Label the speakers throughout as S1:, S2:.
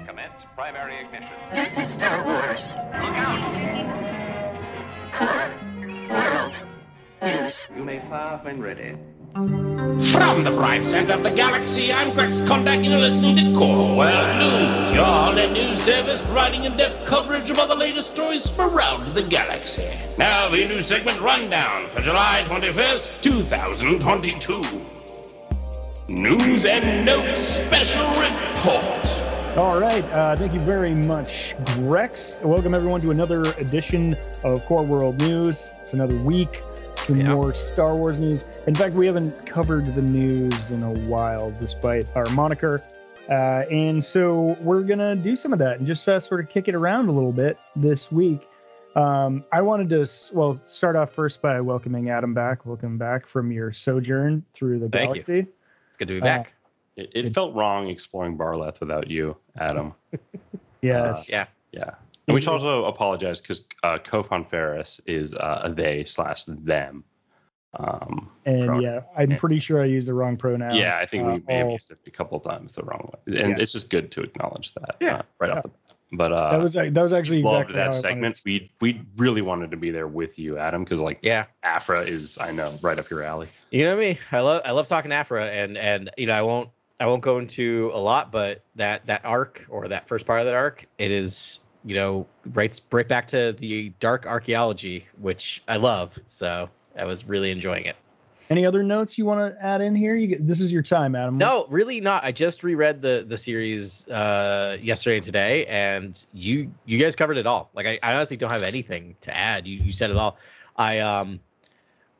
S1: Recommence primary ignition.
S2: This is Star Wars. Look out! Core World News.
S3: You may fire when ready.
S4: From the bright center of the galaxy, I'm Grex Kondak, and you're listening to Core World News, your all-net news service providing in-depth coverage of all the latest stories from around the galaxy. Now, the news segment rundown for July 21st, 2022. News and Notes Special Report.
S5: All right. Uh, thank you very much, Grex. Welcome, everyone, to another edition of Core World News. It's another week, some more Star Wars news. In fact, we haven't covered the news in a while, despite our moniker. Uh, and so we're going to do some of that and just uh, sort of kick it around a little bit this week. Um, I wanted to, s- well, start off first by welcoming Adam back. Welcome back from your sojourn through the
S6: Thank you.
S5: galaxy.
S6: It's good to be
S5: Uh,
S6: back.
S7: It, it felt wrong exploring Barleth without you, Adam. Uh,
S5: Yes.
S6: Uh, yeah.
S7: Yeah. And we should also apologize because uh, Kofan Ferris is uh, a they slash them. Um,
S5: And
S7: pronoun.
S5: yeah, I'm pretty sure I used the wrong pronoun.
S7: yeah, I think
S5: uh,
S7: we may have
S5: all-
S7: used it a couple times the wrong way. And
S5: Yeah.
S7: it's just good to acknowledge that.
S6: Yeah.
S7: uh, right
S5: Yeah.
S7: off the bat. But uh,
S5: that was that was actually
S7: loved
S5: exactly how I
S7: that
S5: wanted
S7: segment.
S5: it.
S7: We we really wanted to be there with you, Adam, because like
S6: Yeah.
S7: Afra is, I know, right up your alley.
S6: You know me. I love I love talking Afra and and you know I won't I won't go into a lot, but that that arc or that first part of that arc, it is you know right right back to the dark archaeology, which I love. So I was really enjoying it.
S5: Any other notes you want to add in here? You get, this is your time, Adam.
S6: No, really not. I just reread the the series uh, yesterday and today, and you you guys covered it all. Like I, I honestly don't have anything to add. You you said it all. I um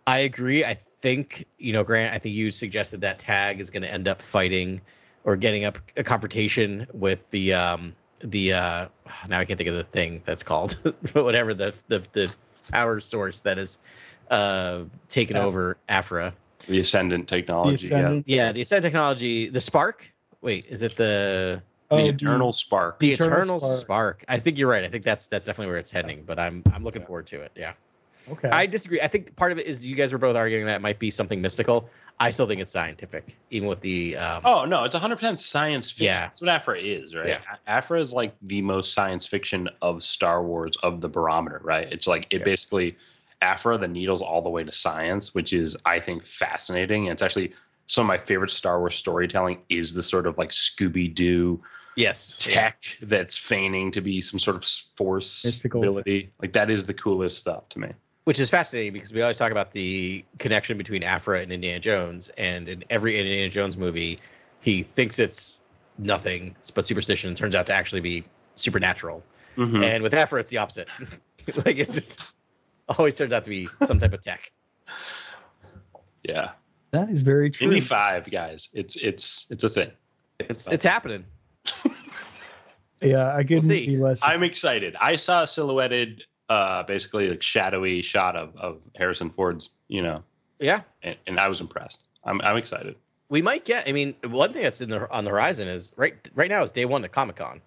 S6: I agree. I think you know Grant. I think you suggested that Tag is going to end up fighting or getting up a confrontation with the um the uh now I can't think of the thing that's called but whatever the the the power source that is uh taken
S5: Afra.
S6: over Afra.
S7: The Ascendant
S5: The
S7: technology.
S5: Ascendant.
S6: Yeah, the Ascent technology, the spark. Wait, is it the
S7: Yeah.
S5: Oh,
S7: The Eternal Spark.
S6: the
S5: Eternal
S6: Eternal,
S5: Spark.
S6: spark. I think you're right. I think that's that's definitely where it's heading. But I'm I'm looking forward to it. Yeah,
S5: Okay.
S6: I disagree. I think part of it is you guys were both arguing that it might be something mystical. I still think it's scientific, even with the. Um,
S7: Oh no, it's 100% science fiction.
S6: Yeah.
S7: That's what Afra is, right?
S6: Yeah.
S7: A- Afra is like the most science fiction of Star Wars of the barometer, right? It's like it
S6: Yeah.
S7: basically Afra the needles all the way to science, which is I think fascinating. And it's actually some of my favorite Star Wars storytelling is the sort of like Scooby Doo
S6: yes.
S7: tech that's feigning to be some sort of s- force
S5: Mystical.
S7: ability. Like that is the coolest stuff to me.
S6: which is fascinating because we always talk about the connection between Afra and Indiana Jones, and in every Indiana Jones movie, he thinks it's nothing but superstition, and turns out to actually be supernatural.
S7: Mhm.
S6: And with Afro, it's the opposite. like it's just always turns out to be some type of tech.
S7: Yeah.
S5: that is very true.
S7: Indy 5 guys. It's it's it's a thing.
S6: It's it's happening.
S5: Yeah, I couldn't
S6: see.
S5: be less.
S7: I'm excited. I saw a silhouetted, uh, basically like shadowy shot of, of Harrison Ford's, you know,
S6: Yeah,
S7: and, and I was impressed. I'm, I'm excited.
S6: we might get. I mean, one thing that's in the on the horizon is right right now is day one to Comic Con.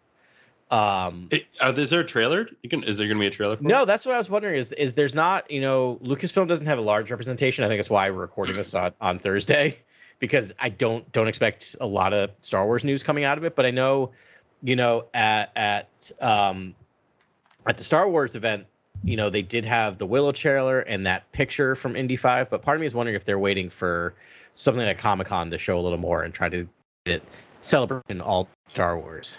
S6: Um,
S7: It, are, is there a trailer? You can, is there going to be a trailer? For
S6: no,
S7: It?
S6: that's what I was wondering. Is is there's not you know Lucasfilm doesn't have a large representation. I think that's why we're recording this on on Thursday because I don't don't expect a lot of Star Wars news coming out of it. But I know, you know, at at um at the Star Wars event, you know, they did have the Willow trailer and that picture from Indy Five. But part of me is wondering if they're waiting for something like Comic Con to show a little more and try to get it celebration all Star Wars.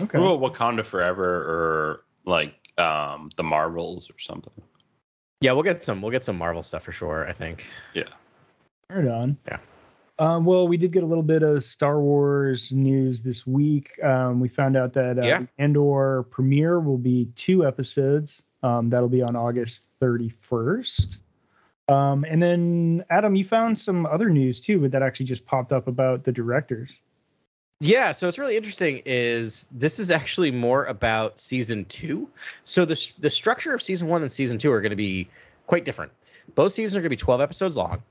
S5: okay.
S7: What about Wakanda Forever or like um, the Marvels or something?
S6: Yeah, we'll get some we'll get some Marvel stuff for sure. I think.
S5: Right on.
S6: Yeah.
S5: Um, well, we did get a little bit of Star Wars news this week. Um, we found out that uh,
S6: Yeah.
S5: the Andor premiere will be two episodes. Um, that'll be on August 31st. Um, and then, Adam, you found some other news too, but that actually just popped up about the directors.
S6: Yeah, so it's really interesting. Is this is actually more about season two? So the the structure of season one and season two are going to be quite different. Both seasons are going to be twelve episodes long.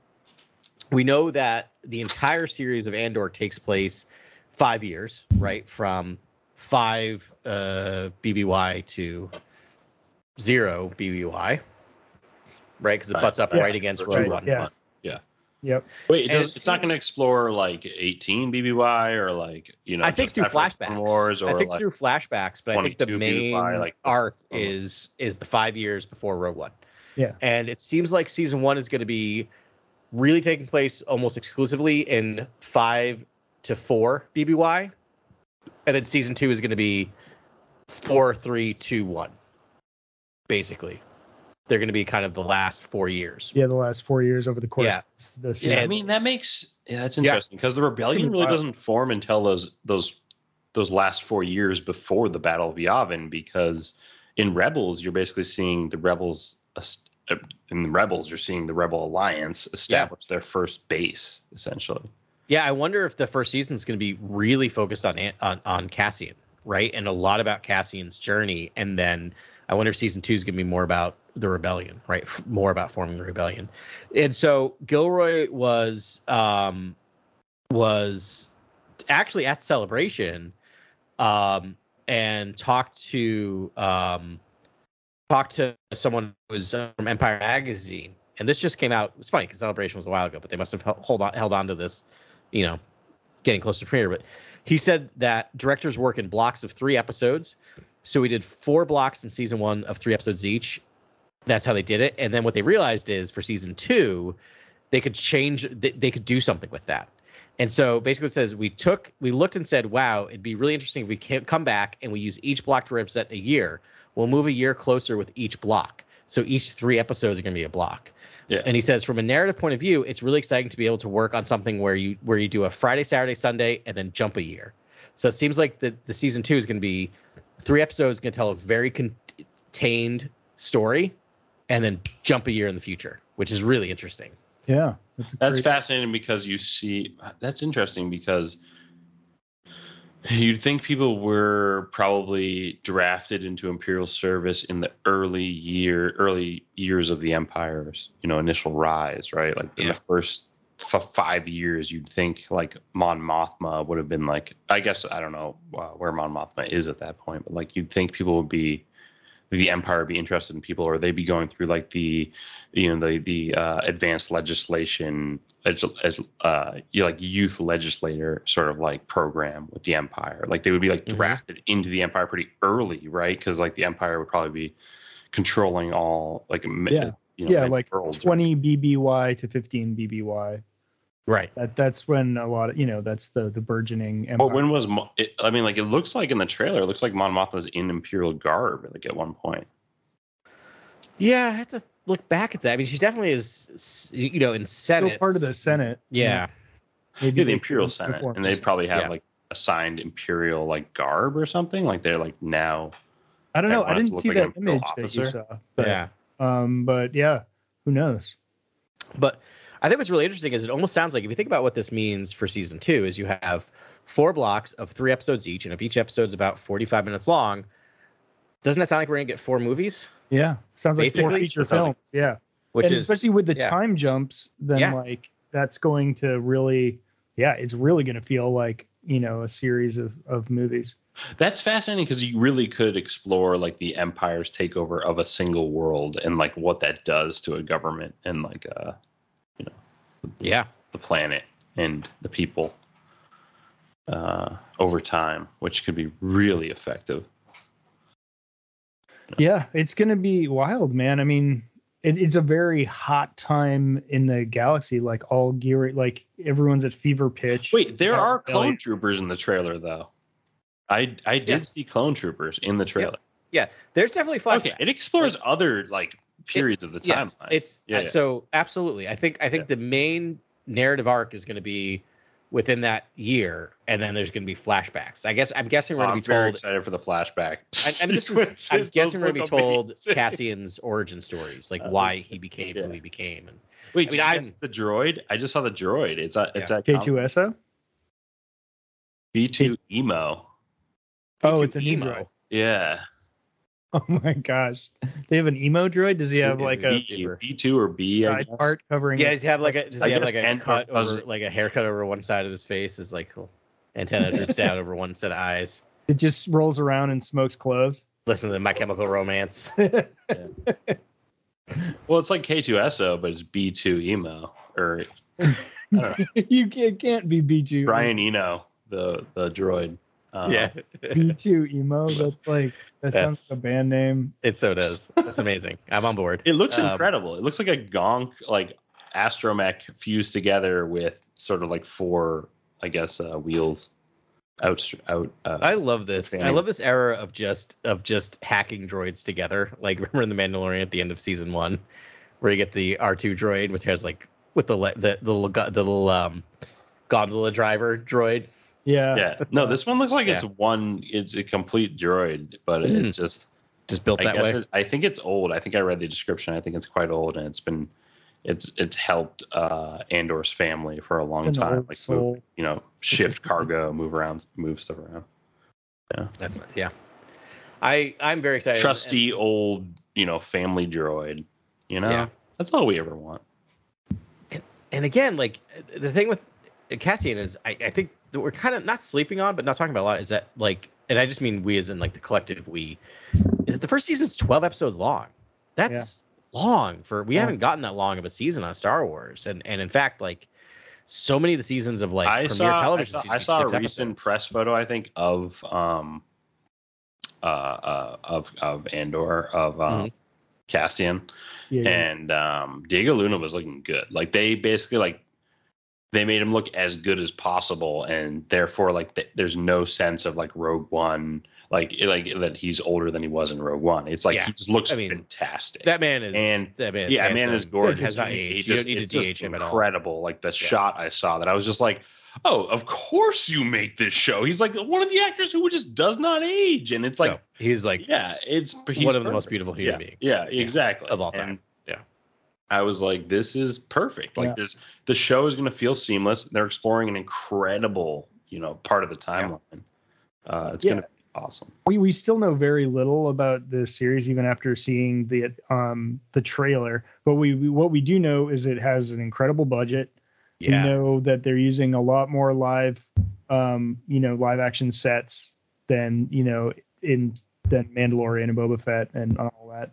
S6: We know that the entire series of Andor takes place five years, right, from five uh, BBY to zero BBY, right? Because it butts up
S5: Yeah.
S6: right against
S7: Right,
S6: Rogue One.
S5: yeah. Yep.
S7: Wait, it
S6: And
S7: does,
S6: it
S7: it's not going to explore like 18 BBY or like you know.
S6: I think
S7: just
S6: through
S7: after the Clone
S6: flashbacks.
S7: Wars or
S6: I think
S7: like,
S6: through flashbacks, but I think the
S7: 22
S6: main
S7: PewDiePie, like-
S6: arc
S7: Mhm.
S6: is is the five years before Rogue One.
S5: Yeah.
S6: and it seems like season one is going to be really taking place almost exclusively in five to four BBY, and then season two is going to be four, three, two, one. Basically, they're going to be kind of the last four years.
S5: Yeah, the last four years over the course.
S6: Yeah.
S5: Of the
S7: Yeah, I
S5: series.
S7: mean that makes yeah, that's
S6: Yeah.
S7: interesting because the rebellion
S5: Pretty
S7: really
S5: wild.
S7: doesn't form until those those those last four years before the Battle of Yavin. Because in Rebels, you're basically seeing the rebels es- uh, in the Rebels, you're seeing the Rebel Alliance establish their first base essentially.
S6: Yeah, I wonder if the first season is going to be really focused on, An- on on Cassian, right? And a lot about Cassian's journey, and then I wonder if season two is going to be more about the rebellion, right? F- More about forming the rebellion. And so Gilroy was um was actually at celebration um and talked to um talked to someone who was uh, from Empire magazine. And this just came out. It's funny because celebration was a while ago, but they must have hel- hold on, held on to this you know, getting close to premiere. But he said that directors work in blocks of three episodes. So we did four blocks in season one of three episodes each. That's how they did it. And then what they realized is for season two, they could change, they, they could do something with that. And so basically it says we took, we looked and said, wow, it'd be really interesting if we can come back and we use each block to represent a year. We'll move a year closer with each block. So each three episodes are going to be a block.
S7: Yeah.
S6: And he says, from a narrative point of view, it's really exciting to be able to work on something where you where you do a Friday, Saturday, Sunday, and then jump a year. So it seems like the the season two is going to be three episodes going to tell a very contained story, and then jump a year in the future, which is really interesting.
S5: yeah. That's, a
S7: That's
S5: great-
S7: fascinating because you see, that's interesting because you'd think people were probably drafted into imperial service in the early year, early years of the empire's, you know, initial rise, right? Like in
S6: Yeah.
S7: the first f- five years, you'd think like Mon Mothma would have been like, I guess I don't know uh, where Mon Mothma is at that point, but like you'd think people would be. The empire would be interested in people, or they'd be going through like the, you know, the the uh, advanced legislation as, as uh, you like youth legislator sort of like program with the empire. Like they would be like
S5: Mm-hmm.
S6: Mhm.
S7: drafted into the empire pretty early, right? Because like the empire would probably be controlling all like ma-
S5: Yeah.
S7: you know,
S5: yeah,
S7: major
S5: like
S7: worlds or-
S5: twenty BBY to fifteen BBY.
S6: Right.
S5: That that's when a lot of you know that's the the burgeoning empire.
S7: But when was Mo- it, I mean, like it looks like in the trailer, it looks like Mon Mothma's in imperial garb, like at one point.
S6: Yeah, I have to look back at that. I mean, she definitely is, s- you know, in Senate.
S5: Still part of the Senate.
S6: Yeah.
S5: Maybe
S7: Yeah, the
S5: they-
S7: imperial
S5: they
S7: senate,
S5: formed
S7: and they
S5: something.
S7: probably have
S6: Yeah.
S7: like assigned imperial like garb or something. Like they're like now.
S5: I don't know.
S7: everyone
S5: I
S7: has
S5: didn't
S7: to look
S5: see
S7: like an
S5: that
S7: imperial
S5: image that you
S7: officer.
S5: saw. But,
S6: yeah.
S5: Um. But yeah, who knows?
S6: But I think what's really interesting is it almost sounds like if you think about what this means for season two, is you have four blocks of three episodes each, and if each episode's about forty-five minutes long, doesn't that sound like we're gonna get four movies?
S5: Yeah. Sounds like four
S6: Basically,
S5: feature
S7: that sounds
S5: films.
S7: like-
S5: yeah.
S6: Which
S5: and
S6: is
S5: especially with the
S6: yeah.
S5: time jumps, then
S6: Yeah.
S5: like that's going to really, yeah, it's really going to feel like you know a series of of movies.
S7: That's fascinating because you really could explore like the empire's takeover of a single world and like what that does to a government and like uh
S6: yeah,
S7: the planet and the people uh over time, which could be really effective.
S5: Yeah, it's going to be wild, man. I mean, it, it's a very hot time in the galaxy. Like all gear, like everyone's at fever pitch.
S7: Wait, there
S5: Yeah,
S7: are clone
S5: really.
S7: troopers in the trailer though. I I did
S6: Yeah.
S7: see clone troopers in the trailer.
S6: there's definitely flashbacks.
S7: Okay, it explores other like periods of the timeline.
S6: yes, it's
S7: Yeah,
S6: uh,
S7: yeah.
S6: so absolutely. I think I think the main narrative arc is gonna be within that year, and then there's gonna be flashbacks. I guess I'm guessing we're gonna
S7: I'm
S6: be
S7: Ah, very
S6: told.
S7: excited for the flashback.
S6: I, I mean, this is,
S7: Which
S6: I'm
S7: is
S6: guessing we're gonna be
S7: looking
S6: told
S7: amazing.
S6: Cassian's origin stories, like
S7: Uh,
S6: why he became
S7: yeah.
S6: who he became, and
S7: Wait,
S6: I
S7: I
S6: mean,
S7: mean, I
S6: I'm-
S7: the droid. I just saw the droid. It's at, it's at
S5: K two S O.
S7: B two emo.
S5: Oh,
S6: K2
S5: it's an emo.
S6: emo.
S7: Yeah,
S5: Oh my gosh, they have an emo droid. Does he have like a
S6: Super.
S7: B two or B. I
S5: side
S7: guess.
S5: part covering?
S6: Yeah,
S5: his-
S6: does he have like a does
S7: I
S6: he have
S7: guess
S6: like a
S7: Ant-Man
S6: cut
S7: does
S6: over
S7: it.
S6: like a haircut over one side of his face is like cool. antenna drips down over one set of eyes.
S5: It just rolls around and smokes cloves.
S6: Listen to my chemical romance.
S7: Well, it's like K two S O, but it's B two emo or
S5: you can't, can't be B2.
S7: Brian Eno, the the droid. Uh,
S6: yeah,
S5: B2 emo. That's like, that sounds
S6: That's-
S5: like a band name.
S6: it so does. That's amazing. I'm on board.
S7: It looks
S6: Um,
S7: incredible. It looks like a gonk, like astromech fused together with sort of like four, I guess, uh, wheels out out. Uh,
S6: I love this. I
S7: Fanning.
S6: love this era of just of just hacking droids together. Like remember in the Mandalorian at the end of season one, where you get the R two droid, which has like with the le- the the little, go- the little um gondola driver droid.
S5: Yeah.
S7: yeah. No, this one looks like it's one. It's a complete droid, but
S6: Mhm.
S7: it's just.
S6: Just built
S7: I
S6: that
S7: guess
S6: way.
S7: it- I think it's old. I think I read the description. I think it's quite old, and it's been, it's it's helped uh, Andor's family for a long
S5: It's an
S7: time.
S5: old
S7: Like
S5: soul.
S7: move, you know, shift cargo, move around, move stuff around.
S6: That's yeah. I I'm very excited.
S7: Trusty old, you know, family droid. You know,
S6: Yeah.
S7: that's all we ever want.
S6: Um, and again, like the thing with Cassian is, I, I think that we're kind of not sleeping on, but not talking about a lot. Is that like, and I just mean we as in like the collective we. Is that the first season's twelve episodes long? That's long for we
S5: Yeah.
S6: haven't gotten that long of a season on Star Wars, and and in fact, like so many of the seasons of like
S7: I
S6: premiere
S7: saw, I
S6: television
S7: saw,
S6: seasons
S7: I
S6: be
S7: saw a
S6: six
S7: recent
S6: episodes.
S7: press photo, I think, of um, uh, uh of of Andor of um,
S6: Mm-hmm.
S7: Cassian,
S5: Yeah. yeah.
S7: and um, Diego Luna was looking good. Like they basically like they made him look as good as possible, and therefore like th- there's no sense of like Rogue One, like it, like that he's older than he was in Rogue One. It's like
S6: Yeah.
S7: he just looks
S6: I mean,
S7: fantastic.
S6: That man is
S7: and-
S6: that man. Is
S7: yeah, man
S6: handsome.
S7: is gorgeous.
S6: Has not
S7: He- he
S6: aged. You
S7: just-
S6: don't need
S7: it's
S6: to
S7: just
S6: DH him at all.
S7: Incredible, like the shot I saw that I was just like, oh, of course you make this show. He's like one of the actors who just does not age, and it's like,
S6: No, he's like
S7: yeah, it's he's
S6: one of the most
S7: perfect.
S6: beautiful
S7: Yeah,
S6: human beings.
S7: yeah, exactly
S6: Of all time.
S7: And
S6: Yeah.
S7: I was like, this is perfect. Like
S5: Yeah.
S7: there's the show is gonna feel seamless. They're exploring an incredible, you know, part of the timeline. Uh, it's gonna be awesome.
S5: We, we still know very little about the series, even after seeing the um the trailer. But we, we what we do know is it has an incredible budget.
S6: yeah.
S5: We know that they're using a lot more live, um, you know, live action sets than you know in than Mandalorian and Boba Fett and all that.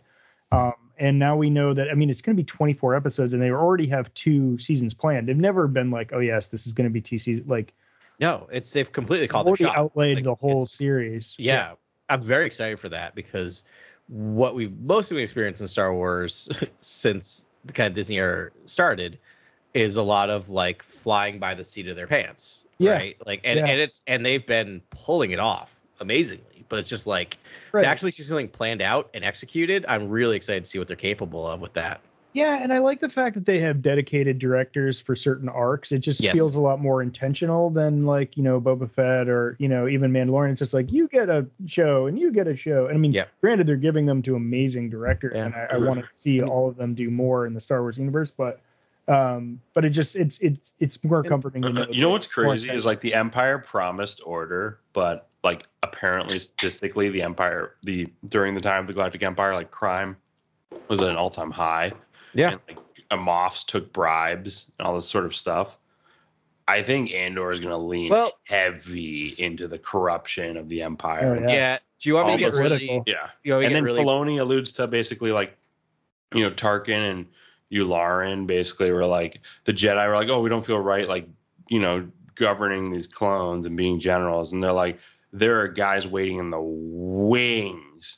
S5: Um, and now we know that I mean it's going to be 24 episodes, and they already have two seasons planned. They've never been like, oh yes, this is going to be two seasons. Like
S6: No, it's they've completely called their
S5: already
S6: shot.
S5: outlaid
S6: Like,
S5: the whole
S6: it's-
S5: series.
S6: yeah i'm very excited for that because what we've mostly been experiencing in star wars since the kind of disney era started is a lot of like flying by the seat of their pants
S5: Yeah.
S6: right like and,
S5: Yeah.
S6: and it's and they've been pulling it off amazingly but it's just like
S5: Right.
S6: to actually see something planned out and executed i'm really excited to see what they're capable of with that
S5: Yeah, and I like the fact that they have dedicated directors for certain arcs. It just
S6: Yes.
S5: feels a lot more intentional than like, you know, Boba Fett or, you know, even Mandalorian. It's just like you get a show and you get a show. And I mean,
S6: Yeah.
S5: granted, they're giving them to amazing directors,
S6: Yeah.
S5: and
S6: Mm-hmm.
S5: I, I want to see all of them do more in the Star Wars universe, but um but it just it's it's it's more comforting to know
S7: Uh, you know what's
S5: that it's more
S7: crazy is
S5: intentional.
S7: like the Empire promised order, but like apparently statistically the Empire the during the time of the Galactic Empire, like crime was at an all time high.
S6: Yeah.
S7: And like Amoffs took bribes and all this sort of stuff. I think Andor is gonna lean
S6: Well-
S7: heavy into the corruption of the
S5: Oh,
S7: Empire.
S5: yeah.
S6: yeah, do you want me to get
S7: Almost
S6: really
S5: critical.
S7: yeah.
S6: you want me to
S7: and
S6: get
S7: then
S6: really
S7: Filoni alludes to basically like, you know, Tarkin and Yularen basically were like the Jedi were like, oh, we don't feel right, like you know, governing these clones and being generals, and they're like, there are guys waiting in the wings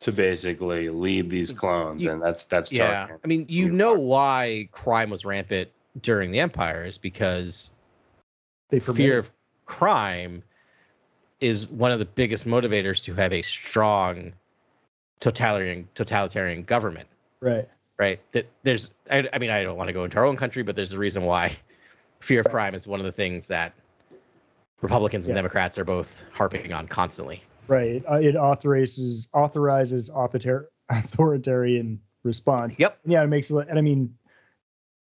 S7: to basically lead these clones,
S6: You-
S7: and that's that's
S6: yeah
S7: Tarkin.
S6: i mean you
S7: You're
S6: know
S7: right.
S6: why crime was rampant during the empire is because
S5: they
S6: fear
S5: forbid
S6: of crime is one of the biggest motivators to have a strong totalitarian totalitarian government
S5: right.
S6: right that there's I, I mean i don't want to go into our own country but there's a reason why fear of crime is one of the things that republicans and
S5: Yeah.
S6: democrats are both harping on constantly
S5: Right. Uh, it authorizes authorizes authoritar- authoritarian response.
S6: Yep.
S5: Yeah, it makes a lot, and I mean,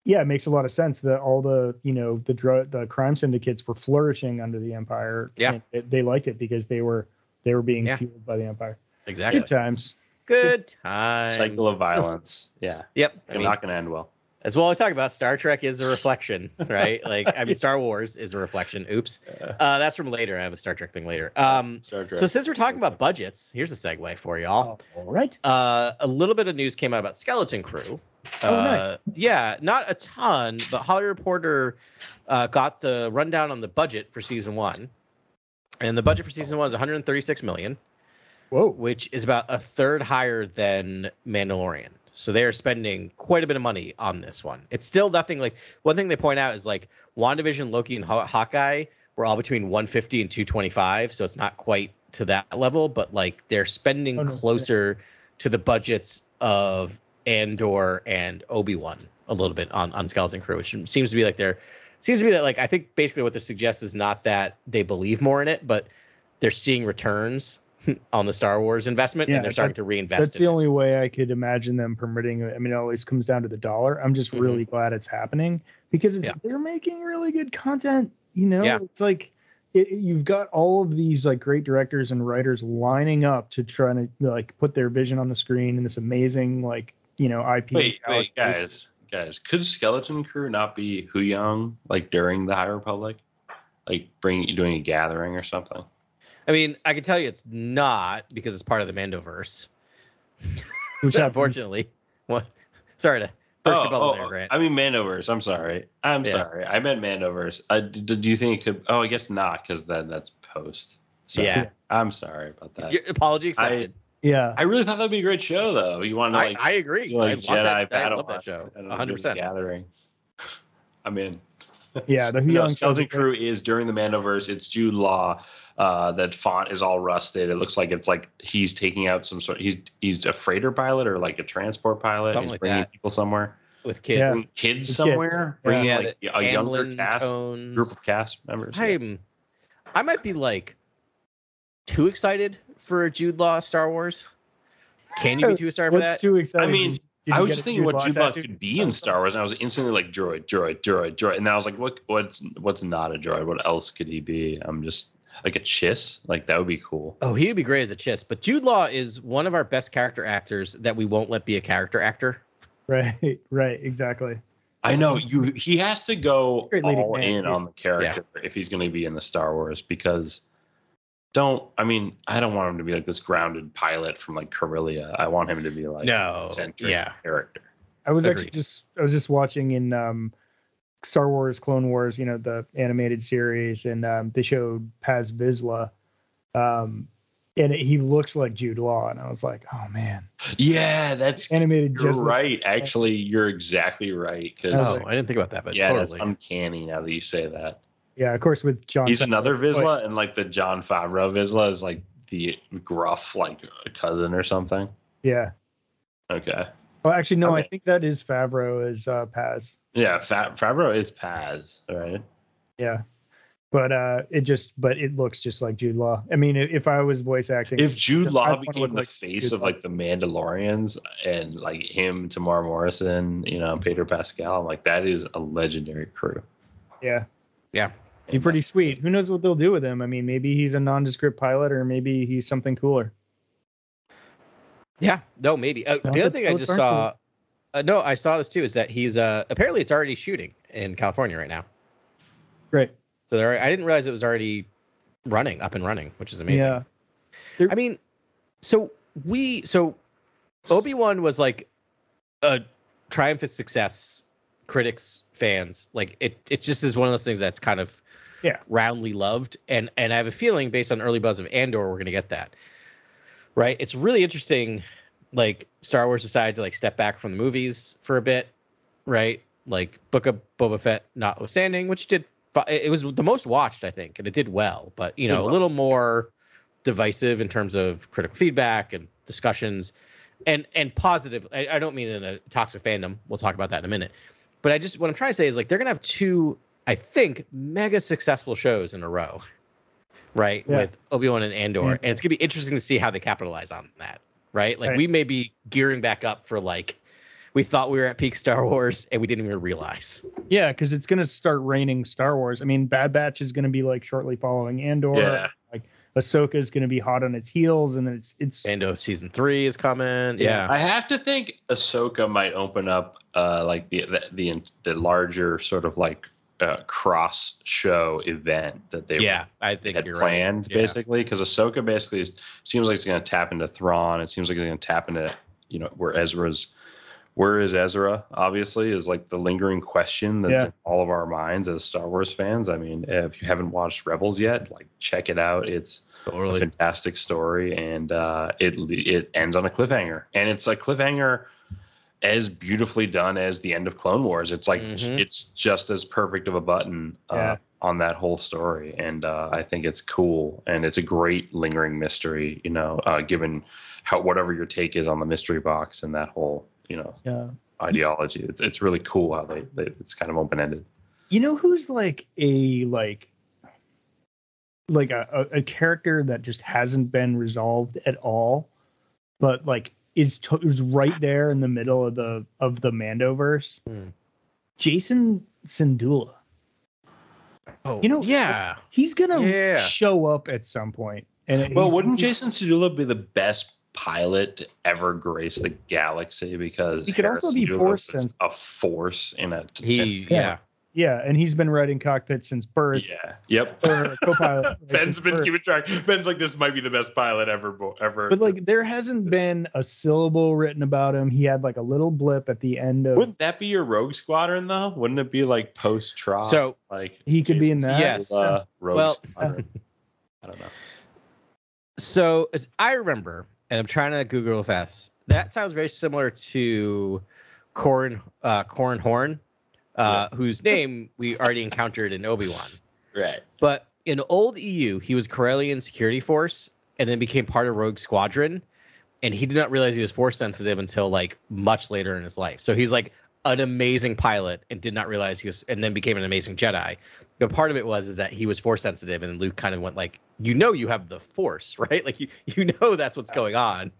S5: yeah, it makes a lot of sense that all the you know the drug the crime syndicates were flourishing under the empire.
S6: Yeah.
S5: and they, they liked it because they were they were being
S6: Yeah.
S5: fueled by the empire.
S6: exactly
S5: Good times.
S6: good time
S7: Cycle of violence. Yeah,
S6: yep I
S7: it's
S6: mean,
S7: not going to end well.
S6: That's what I was talking about. Star Trek is a reflection, right? Like, I mean, Star Wars is a reflection. Oops. Uh, that's from later. I have a Star Trek thing later. Um,
S7: Star Trek.
S6: so, since we're talking about budgets, here's a segue for y'all.
S5: All right.
S6: Uh, a little bit of news came out about Skeleton Crew,
S5: Oh,
S6: Uh, Yeah, not a ton, but Holly Reporter uh, got the rundown on the budget for season one, and the budget for season one is 136 million,
S5: Whoa.
S6: which is about a third higher than Mandalorian. So they are spending quite a bit of money on this one. It's still nothing like one thing they point out is like WandaVision, Loki, and Haw- Hawkeye were all between 150 and 225, so it's not quite to that level, but like they're spending
S5: Oh, no.
S6: closer to the budgets of Andor and Obi Wan a little bit on on Skeleton Crew, which seems to be like they're seems to be that like I think basically what this suggests is not that they believe more in it, but they're seeing returns on the Star Wars investment
S5: Yeah,
S6: and they're starting
S5: that-
S6: to reinvest.
S5: That's
S6: in
S5: the
S6: it.
S5: only way I could imagine them permitting. it. I mean, it always comes down to the dollar. I'm just
S6: Mhm.
S7: Mm-hmm.
S5: really glad it's happening because it's
S6: Yeah.
S5: they're making really good content. You know,
S6: Yeah.
S5: it's like it, it- you've got all of these like great directors and writers lining up to try to like put their vision on the screen in this amazing like you know IP.
S7: Wait, wait,
S5: galaxy.
S7: guys, guys, could Skeleton Crew not be Huyang like during the High Republic, like bring doing a gathering or something?
S6: I mean, I can tell you it's not because it's part of the Mandoverse.
S5: Which happens
S6: unfortunately, what? Sorry to burst your bubble there, Grant.
S7: Oh, I mean Mandoverse. I'm sorry. I'm
S6: Yeah.
S7: sorry. I meant Mandoverse. Uh, d- d- do you think it could? Oh, I guess not, because then that's post. So,
S6: Yeah.
S7: I'm sorry about that.
S6: Your apology accepted.
S5: Yeah.
S7: I really thought that'd be a great show, though. You want to
S6: I,
S7: like
S6: I agree.
S7: do, like
S6: I, love
S7: Jedi
S6: that, I
S7: battle?
S6: love that show.
S7: and, uh,
S6: 100.
S7: do a
S6: percent
S7: gathering. I'm in.
S5: Yeah. The
S7: No,
S5: Huyang
S7: Skeleton Crew is during the Mandoverse. It's Jude Law. Uh, that font is all rusted. It looks like it's like he's taking out some sort. He's he's a freighter pilot or like a transport pilot.
S6: Something
S7: he's
S6: like
S7: bringing
S6: that.
S7: people somewhere.
S6: with kids.
S5: Yeah.
S7: Kids
S5: Kids.
S7: somewhere.
S5: Yeah.
S7: Bringing
S6: Yeah,
S7: like
S6: the
S7: a younger
S6: Amblin
S7: cast
S6: tones.
S7: group of cast members. Yeah.
S6: I'm, I might be like too excited for a Jude Law Star Wars. Can you be too excited for
S5: What's
S6: that?
S5: too exciting?
S7: I mean,
S5: Did you
S7: I was
S5: get
S7: just
S5: a
S7: thinking what Jude Law
S5: tattoo?
S7: could be in Star Wars, and I was instantly like droid, droid, droid, droid, and then I was like, what, what's, what's not a droid? What else could he be? I'm just like a chiss, like that would be cool.
S6: Oh, he would be great as a chiss. But Jude Law is one of our best character actors that we won't let be a character actor.
S5: Right. Right. Exactly.
S7: I know you. He has to go
S5: Great leading
S7: all
S5: man,
S7: in
S5: too.
S7: on the character if he's going to be in the Star Wars because don't. I mean, I don't want him to be like this grounded pilot from like Corellia. I want him to be like
S6: no.
S7: centric
S6: Yeah.
S7: character.
S5: I was
S6: Agreed.
S5: actually just I was just watching in um, Star Wars Clone Wars, you know, the animated series, and um, they showed Paz Vizsla, um, and he looks like Jude Law, and I was like, oh man,
S7: Yeah, that's
S5: animated
S7: you're
S5: just like-
S7: right. Actually, you're exactly right because
S5: Oh,
S6: Oh, I didn't think about that, but
S7: yeah,
S6: totally.
S7: that's uncanny now that you say that.
S5: yeah, of course with John.
S7: He's another Vizsla,
S5: Voice.
S7: and like the John Favreau Vizsla is like the gruff like cousin or something.
S5: Yeah.
S7: Okay.
S5: Well, actually, no, I
S7: Okay.
S5: think that is Favreau as uh, Paz.
S7: Yeah, Fa- Favreau is Paz, right?
S5: Yeah. But uh, it just, but it looks just like Jude Law. I mean, i- if I was voice acting,
S7: if Jude
S5: I'd
S7: Law
S5: wanna look
S7: became the
S5: like
S7: face
S5: Jude
S7: of
S5: Law.
S7: like the Mandalorians and like him, Tamar Morrison, you know, Peter Pascal, I'm like that is a legendary crew.
S5: yeah,
S6: Yeah.
S5: be pretty sweet. Who knows what they'll do with him? I mean, maybe he's a nondescript pilot, or maybe he's something cooler.
S6: Yeah, no, maybe. Uh,
S5: No,
S6: the other
S5: that's-
S6: thing I
S5: those
S6: just
S5: aren't
S6: saw, uh, no, I saw this too, is that he's uh, apparently it's already shooting in California right now.
S5: Great.
S6: So there, I didn't realize it was already running, up and running, which is amazing.
S5: Yeah.
S6: I mean, so we, so Obi Wan was like a triumphant success, critics, fans, like it. It just is one of those things that's kind of
S5: Yeah.
S6: roundly loved, and and I have a feeling based on early buzz of Andor, we're gonna get that. Right. It's really interesting. Like Star Wars decided to like step back from the movies for a bit, right? Like Book of Boba Fett, notwithstanding, which did fi- it it was the most watched, I think, and it did well, but you
S7: Did
S6: know, a
S7: well.
S6: little more divisive in terms of critical feedback and discussions and and positive I, I don't mean in a toxic fandom we'll talk about that in a minute but i just what i'm trying to say is like they're gonna have two i think mega successful shows in a row right
S5: Yeah.
S6: with obi-wan and andor
S5: Mhm.
S6: and it's gonna be interesting to see how they capitalize on that right like
S5: Right.
S6: we may be gearing back up for like we thought we were at peak star wars and we didn't even realize
S5: Yeah, because it's going to start raining Star Wars. I mean, Bad Batch is going to be like shortly following Andor.
S7: yeah.
S5: Ahsoka is going to be hot on its heels, and then it's it's
S6: Ando season three is coming yeah,
S7: I have to think Ahsoka might open up uh like the the the, the larger sort of like uh, cross show event that they
S6: yeah i think
S7: had
S6: you're right
S7: planned
S6: Yeah.
S7: basically because Ahsoka basically is, seems like it's going to tap into Thrawn. It seems like it's going to tap into you know where Ezra's where is Ezra? Obviously, is like the lingering question that's
S5: Yeah.
S7: in all of our minds as Star Wars fans. I mean, if you haven't watched Rebels yet, like check it out. It's a
S6: Totally.
S7: fantastic story, and uh, it it ends on a cliffhanger, and it's a cliffhanger as beautifully done as the end of Clone Wars. It's like
S6: Mhm.
S7: it's just as perfect of a button uh,
S5: Yeah.
S7: on that whole story, and uh, I think it's cool, and it's a great lingering mystery. You know, uh, given how whatever your take is on the mystery box and that whole you know
S5: Yeah.
S7: ideology, it's it's really cool how they, they it's kind of open ended.
S5: You know who's like a like like a, a, a character that just hasn't been resolved at all, but like is to, is right there in the middle of the of the Mandoverse.
S6: Hmm.
S5: Jason Sindula.
S6: Oh,
S5: You know-
S6: yeah.
S5: He's gonna
S6: Yeah.
S5: show up at some point. And it-
S7: Well,
S5: he's-
S7: wouldn't
S5: he's-
S7: Jason Sudeikis be the best pilot to ever grace the galaxy? Because
S5: He could also
S7: Harrison
S5: be
S7: Sudeikis
S5: force
S7: is
S5: sense-
S7: a force in a
S6: He,
S5: Yeah.
S6: yeah.
S5: Yeah, and he's been riding cockpit since birth.
S7: yeah, yep.
S5: Or co-pilot. right,
S7: Ben's
S5: since
S7: been
S5: birth.
S7: keeping track. Ben's like, this might be the best pilot ever, bo- ever.
S5: But like, there hasn't been a syllable written about him. He had like a little blip at the end of.
S7: wouldn't that be your Rogue Squadron though? Wouldn't it be like post Tross?
S6: So,
S7: like
S5: he could be in
S7: Jason
S5: that.
S6: Yes.
S7: Sudeikis, uh, Rogue
S6: Well-
S7: Squadron. I don't know.
S6: So as I remember, and I'm trying to Google fast. That sounds very similar to Corin uh, Corin Horn, uh, whose name we already encountered in Obi Wan.
S7: Right.
S6: But in old EU, he was Corellian security force, and then became part of Rogue Squadron. And he did not realize he was force sensitive until like much later in his life. So he's like an amazing pilot and did not realize he was, and then became an amazing Jedi. But part of it was is that he was force sensitive, and Luke kind of went like, "You know, you have the force, right? Like you, you know that's what's going on."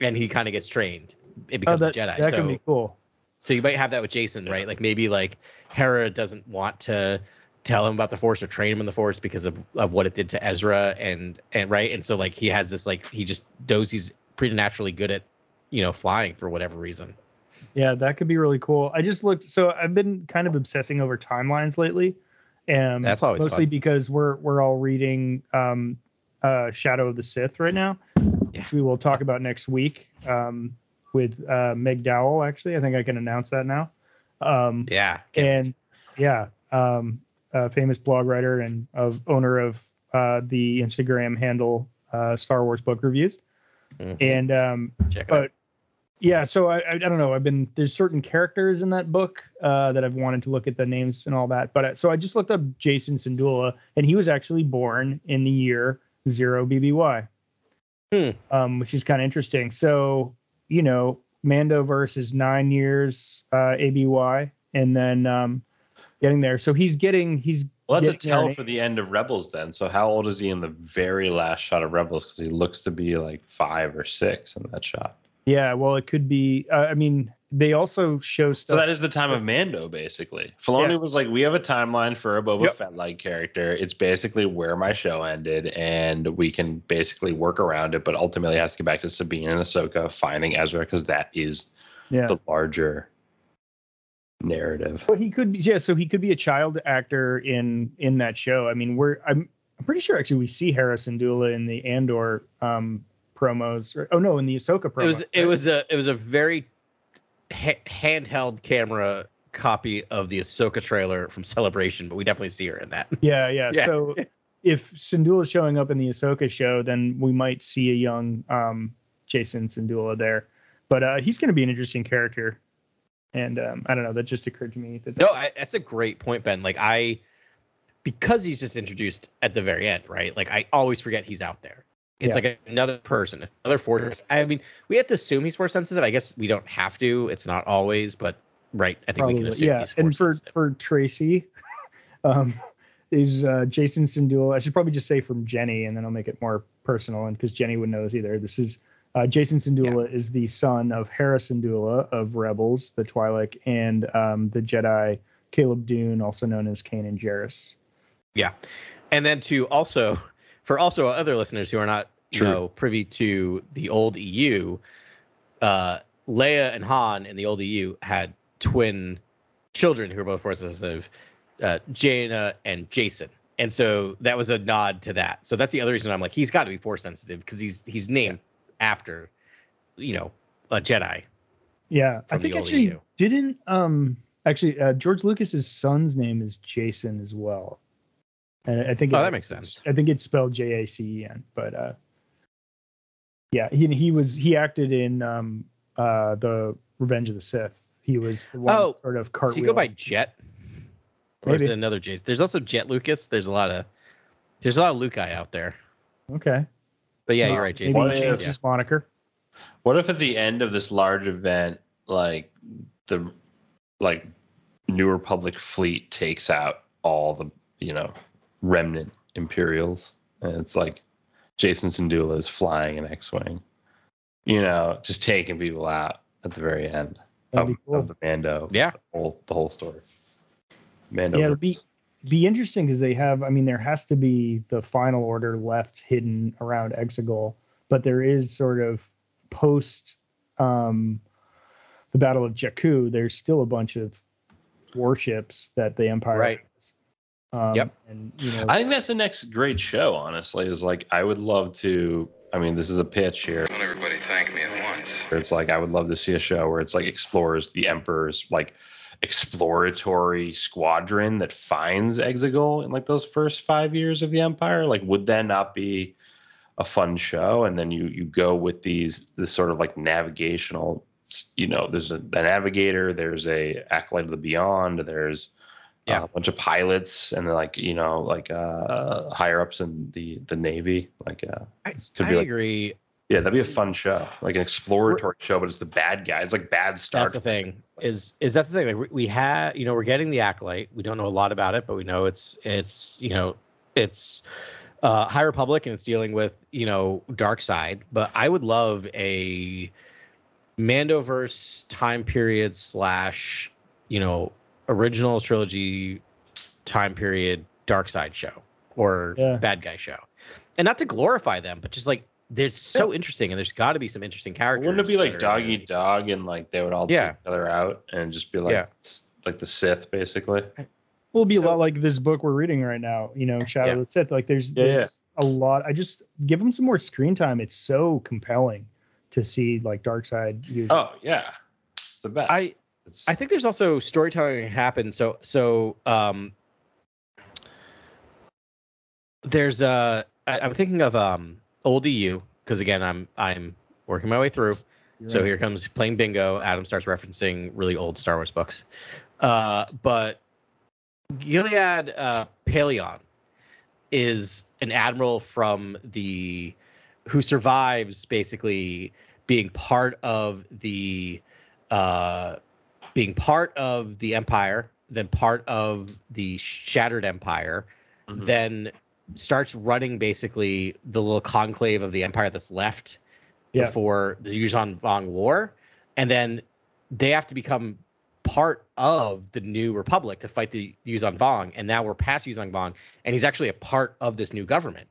S6: And he kind of gets trained. It
S5: Oh,
S6: becomes
S5: that
S6: a Jedi.
S5: that
S6: so
S5: could be cool.
S6: so you might have that with Jason, right? Like maybe like Hera doesn't want to tell him about the Force or train him in the Force because of, of what it did to Ezra and and right. And so like he has this like he just knows he's preternaturally good at you know flying for whatever reason.
S5: Yeah, that could be really cool. I just looked. So I've been kind of obsessing over timelines lately, and
S6: That's always
S5: mostly
S6: fun.
S5: because we're we're all reading um, uh, Shadow of the Sith right now,
S6: Yeah.
S5: which we will talk about next week um, with uh, Meg Dowell. Actually, I think I can announce that now. Um,
S6: Yeah,
S5: and yeah, um, a famous blog writer and of owner of uh, the Instagram handle uh, Star Wars Book Reviews.
S6: Mhm.
S5: And um,
S6: check it
S5: but-
S6: out.
S5: yeah, so I, I I don't know. I've been there's certain characters in that book uh, that I've wanted to look at the names and all that. But I, so I just looked up Jason Sindula, and he was actually born in the year zero BBY,
S6: Hmm.
S5: um, which is kind of interesting. So you know, Mando versus nine years uh, ABY, and then um, getting there. So he's getting he's
S7: Well, that's a
S5: Yeah,
S7: tell
S5: right.
S7: for the end of Rebels then. So how old is he in the very last shot of Rebels? Because he looks to be like five or six in that shot.
S5: yeah. Well, it could be. Uh, I mean, they also show
S7: So
S5: stuff.
S7: that is the time of Mando, basically. Filoni
S5: Yeah.
S7: was like, "We have a timeline for a Boba
S5: Yep.
S7: Fett like character. It's basically where my show ended, and we can basically work around it, but ultimately it has to get back to Sabine and Ahsoka finding Ezra because that is
S5: yeah.
S7: the larger narrative."
S5: But he could be yeah, so he could be a child actor in in that show. I mean, we're I'm I'm pretty sure actually we see Harrison Dula in the Andor um promos. Or, oh no, in the Ahsoka promo.
S6: it was it
S5: right?
S6: was a it was a very ha- handheld camera copy of the Ahsoka trailer from Celebration, but we definitely see her in that.
S5: yeah, yeah,
S6: Yeah.
S5: So if Sindula's showing up in the Ahsoka show, then we might see a young um Jason Sindula there. But uh he's going to be an interesting character. And um I don't know, that just occurred to me that
S6: No, I, that's a great point, Ben. Like I, because he's just introduced at the very end, right? Like I always forget he's out there. It's
S5: Yeah.
S6: like another person, another force. I mean, we have to assume he's force sensitive. I guess we don't have to. It's not always, but right. I think we can
S5: Probably,
S6: assume
S5: yeah.
S6: he's force
S5: And for
S6: sensitive.
S5: for Tracy, um, is uh, Jason Sindula. I should probably just say from Jenny, and then I'll make it more personal, and because Jenny wouldn't know this either. This is uh, Jason Sindula is the son of Harris Sindula of Rebels, the Twi'lek, and um, the Jedi Caleb Dune, also known as Kanan and Jarrus.
S6: and then to also for also other listeners who are not
S7: True.
S6: you know privy to the old EU, uh, Leia and Han in the old EU had twin children who were both force sensitive, uh, Jaina and Jason. And so that was a nod to that. So that's the other reason I'm like he's got to be force sensitive because he's he's named after, you know, a Jedi.
S5: Yeah, I
S6: from the E
S5: think
S6: old
S5: actually
S6: EU.
S5: didn't um actually uh, George Lucas's son's name is Jason as well, and I think
S6: Oh,
S5: it-
S6: that makes sense.
S5: I think it's spelled J A C E N, but uh, yeah, he he was he acted in um uh the Revenge of the Sith. He was the one
S6: Oh,
S5: sort of
S6: Does
S5: cartwheel.
S6: he go by Jet? Or is
S5: Maybe.
S6: it another Jason? There's also Jet Lucas. There's a lot of there's a lot of Luci out there.
S5: okay,
S6: But yeah,
S7: No,
S6: you're right,
S5: maybe
S6: Jason.
S5: he
S7: What
S5: changed
S7: if-
S6: Yeah.
S5: his moniker.
S7: What if at the end of this large event, like the like New Republic fleet takes out all the you know remnant Imperials, and it's like Jason Sandula is flying an X-wing, you know, just taking people out at the very end
S5: That'd
S7: of,
S5: be cool.
S7: of the Mando.
S6: Yeah.
S7: the whole, the whole story. Mando.
S5: Yeah, it'll be be interesting because they have. I mean, there has to be the final order left hidden around Exegol, but there is sort of post um, the Battle of Jakku. There's still a bunch of warships that the Empire.
S6: Right.
S5: has. Um,
S6: Yep.
S5: And you know,
S7: I think that's the next great show. Honestly, is like I would love to. I mean, this is a pitch here.
S1: Don't everybody thank me at once.
S7: where it's like I would love to see a show where it's like explores the Emperor's like exploratory squadron that finds Exegol in like those first five years of the Empire. Like, would that not be a fun show? And then you you go with these this sort of like navigational, you know, there's a, a navigator, there's a acolyte of the beyond, there's
S6: Yeah.
S7: uh, a bunch of pilots and then like you know like uh higher ups in the the navy like uh
S6: I,
S7: could
S6: I
S7: be like-
S6: agree.
S7: yeah, that'd be a fun show, like an exploratory show, but it's the bad guy. It's like bad Star
S6: That's the thing. Is is that's the thing? Like we, we have, you know, we're getting the acolyte. We don't know a lot about it, but we know it's it's you know it's uh, High Republic and it's dealing with you know dark side. But I would love a Mandoverse time period slash you know original trilogy time period dark side show or
S5: Yeah.
S6: bad guy show, and not to glorify them, but just like they're so interesting and there's got to be some interesting characters.
S7: Wouldn't it be like
S6: that are
S7: dog
S6: really-
S7: eat dog, and like they would all
S6: Yeah.
S7: take each other out and just be like
S6: Yeah.
S7: s- like the Sith, basically.
S5: Well, it'll be
S6: So-
S5: a lot like this book we're reading right now, you know, Shadow
S6: Yeah.
S5: of the Sith. Like there's,
S7: Yeah, yeah.
S5: there's a lot. I just give them some more screen time. It's so compelling to see like Dark Side use.
S7: Oh yeah, it's the best.
S6: I-
S7: it's,
S6: I think there's also storytelling that happens. So so um there's uh I, I'm thinking of um old EU because again I'm I'm working my way through.
S5: You're
S6: So
S5: right.
S6: here comes playing bingo. Adam starts referencing really old Star Wars books. Uh, but Gilead uh, Paleon is an admiral from the who survives basically being part of the uh, being part of the empire, then part of the shattered empire,
S5: Mm-hmm.
S7: Mhm.
S6: then starts running basically the little conclave of the empire that's left
S5: Yeah.
S6: before the Yuzhan Vong War, and then they have to become part of the new republic to fight the Yuzhan Vong, and now we're past Yuzhan Vong, and he's actually a part of this new government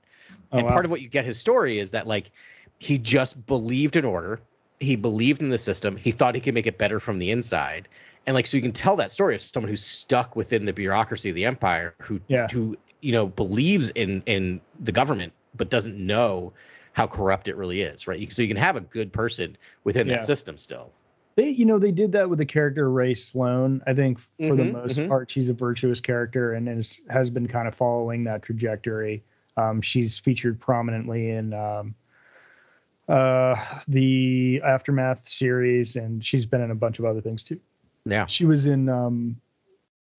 S5: Oh,
S6: and
S5: wow.
S6: part of what you get his story is that like he just believed in order he believed in the system he thought he could make it better from the inside and like so you can tell that story of someone who's stuck within the bureaucracy of the empire who
S5: Yeah.
S6: who you know believes in in the government but doesn't know how corrupt it really is right You- so you can have a good person within
S5: Yeah.
S6: that system still
S5: they you know they did that with the character ray sloan i think for the
S7: Mm-hmm,
S6: Mhm,
S5: most
S6: mhm.
S5: part she's a virtuous character and is, has been kind of following that trajectory um, she's featured prominently in um, uh, the aftermath series and she's been in a bunch of other things too
S6: Yeah.
S5: she was in um,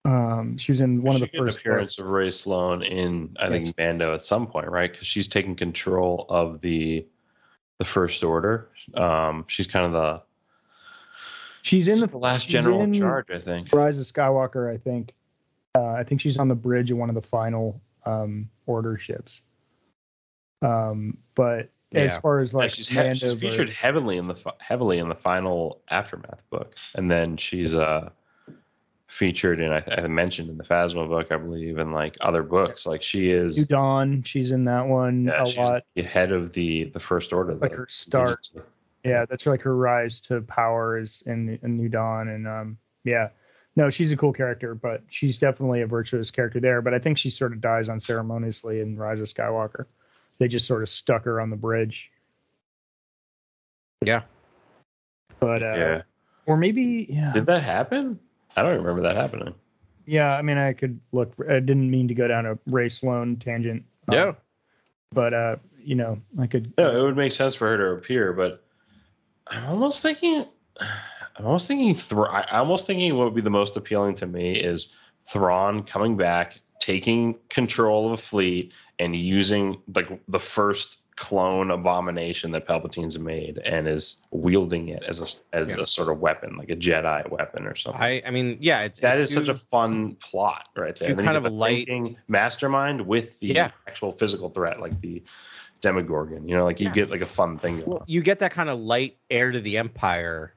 S5: um, she was in one
S7: She
S5: of the
S7: did an
S5: first
S7: appearance of Ray Sloan in I think
S5: Yes.
S7: Mando at some point, right? Because she's taking control of the the First Order. Um, she's kind of the
S5: she's in the
S7: the last
S5: she's
S7: general in
S5: in
S7: charge, I think.
S5: Rise of Skywalker, I think. Uh, I think she's on the bridge of one of the final um, order ships. Um, but as
S6: Yeah.
S5: far as
S7: Yeah,
S5: like
S7: she's, he- she's
S5: Mando
S7: featured
S5: versus-
S7: heavily in the fi- heavily in the final aftermath book, and then she's uh featured in I, I mentioned in the Phasma book, I believe, and like other books. Like she
S5: New
S7: is
S5: Dawn, she's in that one
S7: yeah,
S5: a
S7: she's
S5: lot.
S7: the head of the the First Order.
S5: Like
S7: the-
S5: her start. Yeah, that's like her rise to power is in, in New Dawn, and um, yeah, no, she's a cool character, but she's definitely a virtuous character there. But I think she sort of dies unceremoniously in Rise of Skywalker. They just sort of stuck her on the bridge.
S6: Yeah.
S5: But uh,
S7: Yeah,
S5: or maybe yeah,
S7: Did that happen? I don't remember that happening.
S5: yeah. I mean, I could look. I didn't mean to go down a Ray Sloan tangent. um,
S6: Yeah.
S5: but uh, you know, I could.
S7: No, it would make sense for her to appear, but I'm almost thinking, I'm almost thinking, Thra- I- I'm almost thinking what would be the most appealing to me is Thrawn coming back, taking control of a fleet, and using like the first clone abomination that Palpatine's made, and is wielding it as a as
S6: Yeah.
S7: a sort of weapon, like a Jedi weapon or something.
S6: I I mean, yeah, it's
S7: that
S6: it's
S7: is such
S6: too-
S7: a fun plot right there.
S6: too
S7: And then you
S6: kind
S7: get
S6: of
S7: the
S6: light-
S7: thinking mastermind with the
S6: Yeah.
S7: actual physical threat, like the Demogorgon. You know, like you
S6: Yeah.
S7: get like a fun thing. Going
S6: well,
S7: on.
S6: you get that kind of light heir to the empire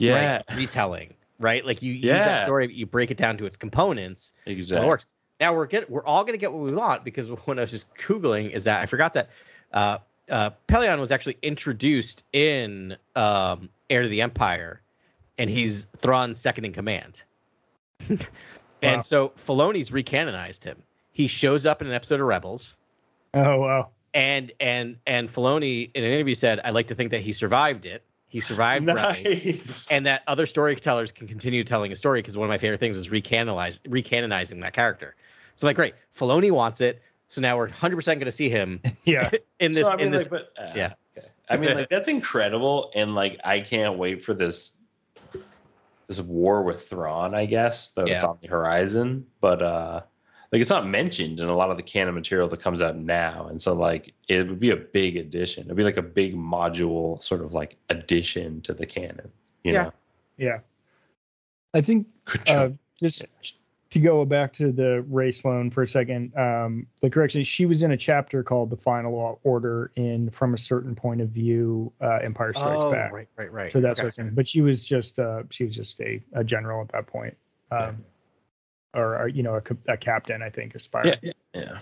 S6: like, retelling, right? Like you use
S7: Yeah.
S6: that story, but you break it down to its components. and
S7: exactly.
S6: It works. Now we're get we're all gonna get what we want because when I was just googling is that I forgot that uh, uh, Pelion was actually introduced in um, Heir to the Empire, and he's Thrawn's second in command.
S5: Wow.
S6: And so Filoni's recanonized him. He shows up in an episode of Rebels.
S5: Oh wow.
S6: and and and Filoni in an interview said, "I like to think that he survived it. He survived Rebels,
S7: nice.
S6: and that other storytellers can continue telling a story because one of my favorite things is recanonize, recanonizing that character. So like, great, Filoni wants it, so now we're 100 percent going to see him
S5: Yeah.
S6: in this
S7: So, I mean,
S6: in this.
S7: like, but, uh,
S6: yeah.
S7: okay. I mean, like that's incredible, and like I can't wait for this this war with Thrawn. I guess though it's
S6: Yeah.
S7: on the horizon, but uh like it's not mentioned in a lot of the canon material that comes out now, and so like it would be a big addition. It'd be like a big module, sort of like addition to the canon. You
S6: Yeah.
S7: know?
S5: Yeah. I think uh, just to go back to the Ray Sloan for a second, um, the correction she was in a chapter called "The Final Order" in from a certain point of view, uh, Empire Strikes
S6: oh,
S5: Back.
S6: right, right, right.
S5: So that's
S6: Okay.
S5: what's in. But she was just uh, she was just a, a general at that point, um, or, or you know a, cap- a captain, I think, aspiring.
S7: yeah, yeah,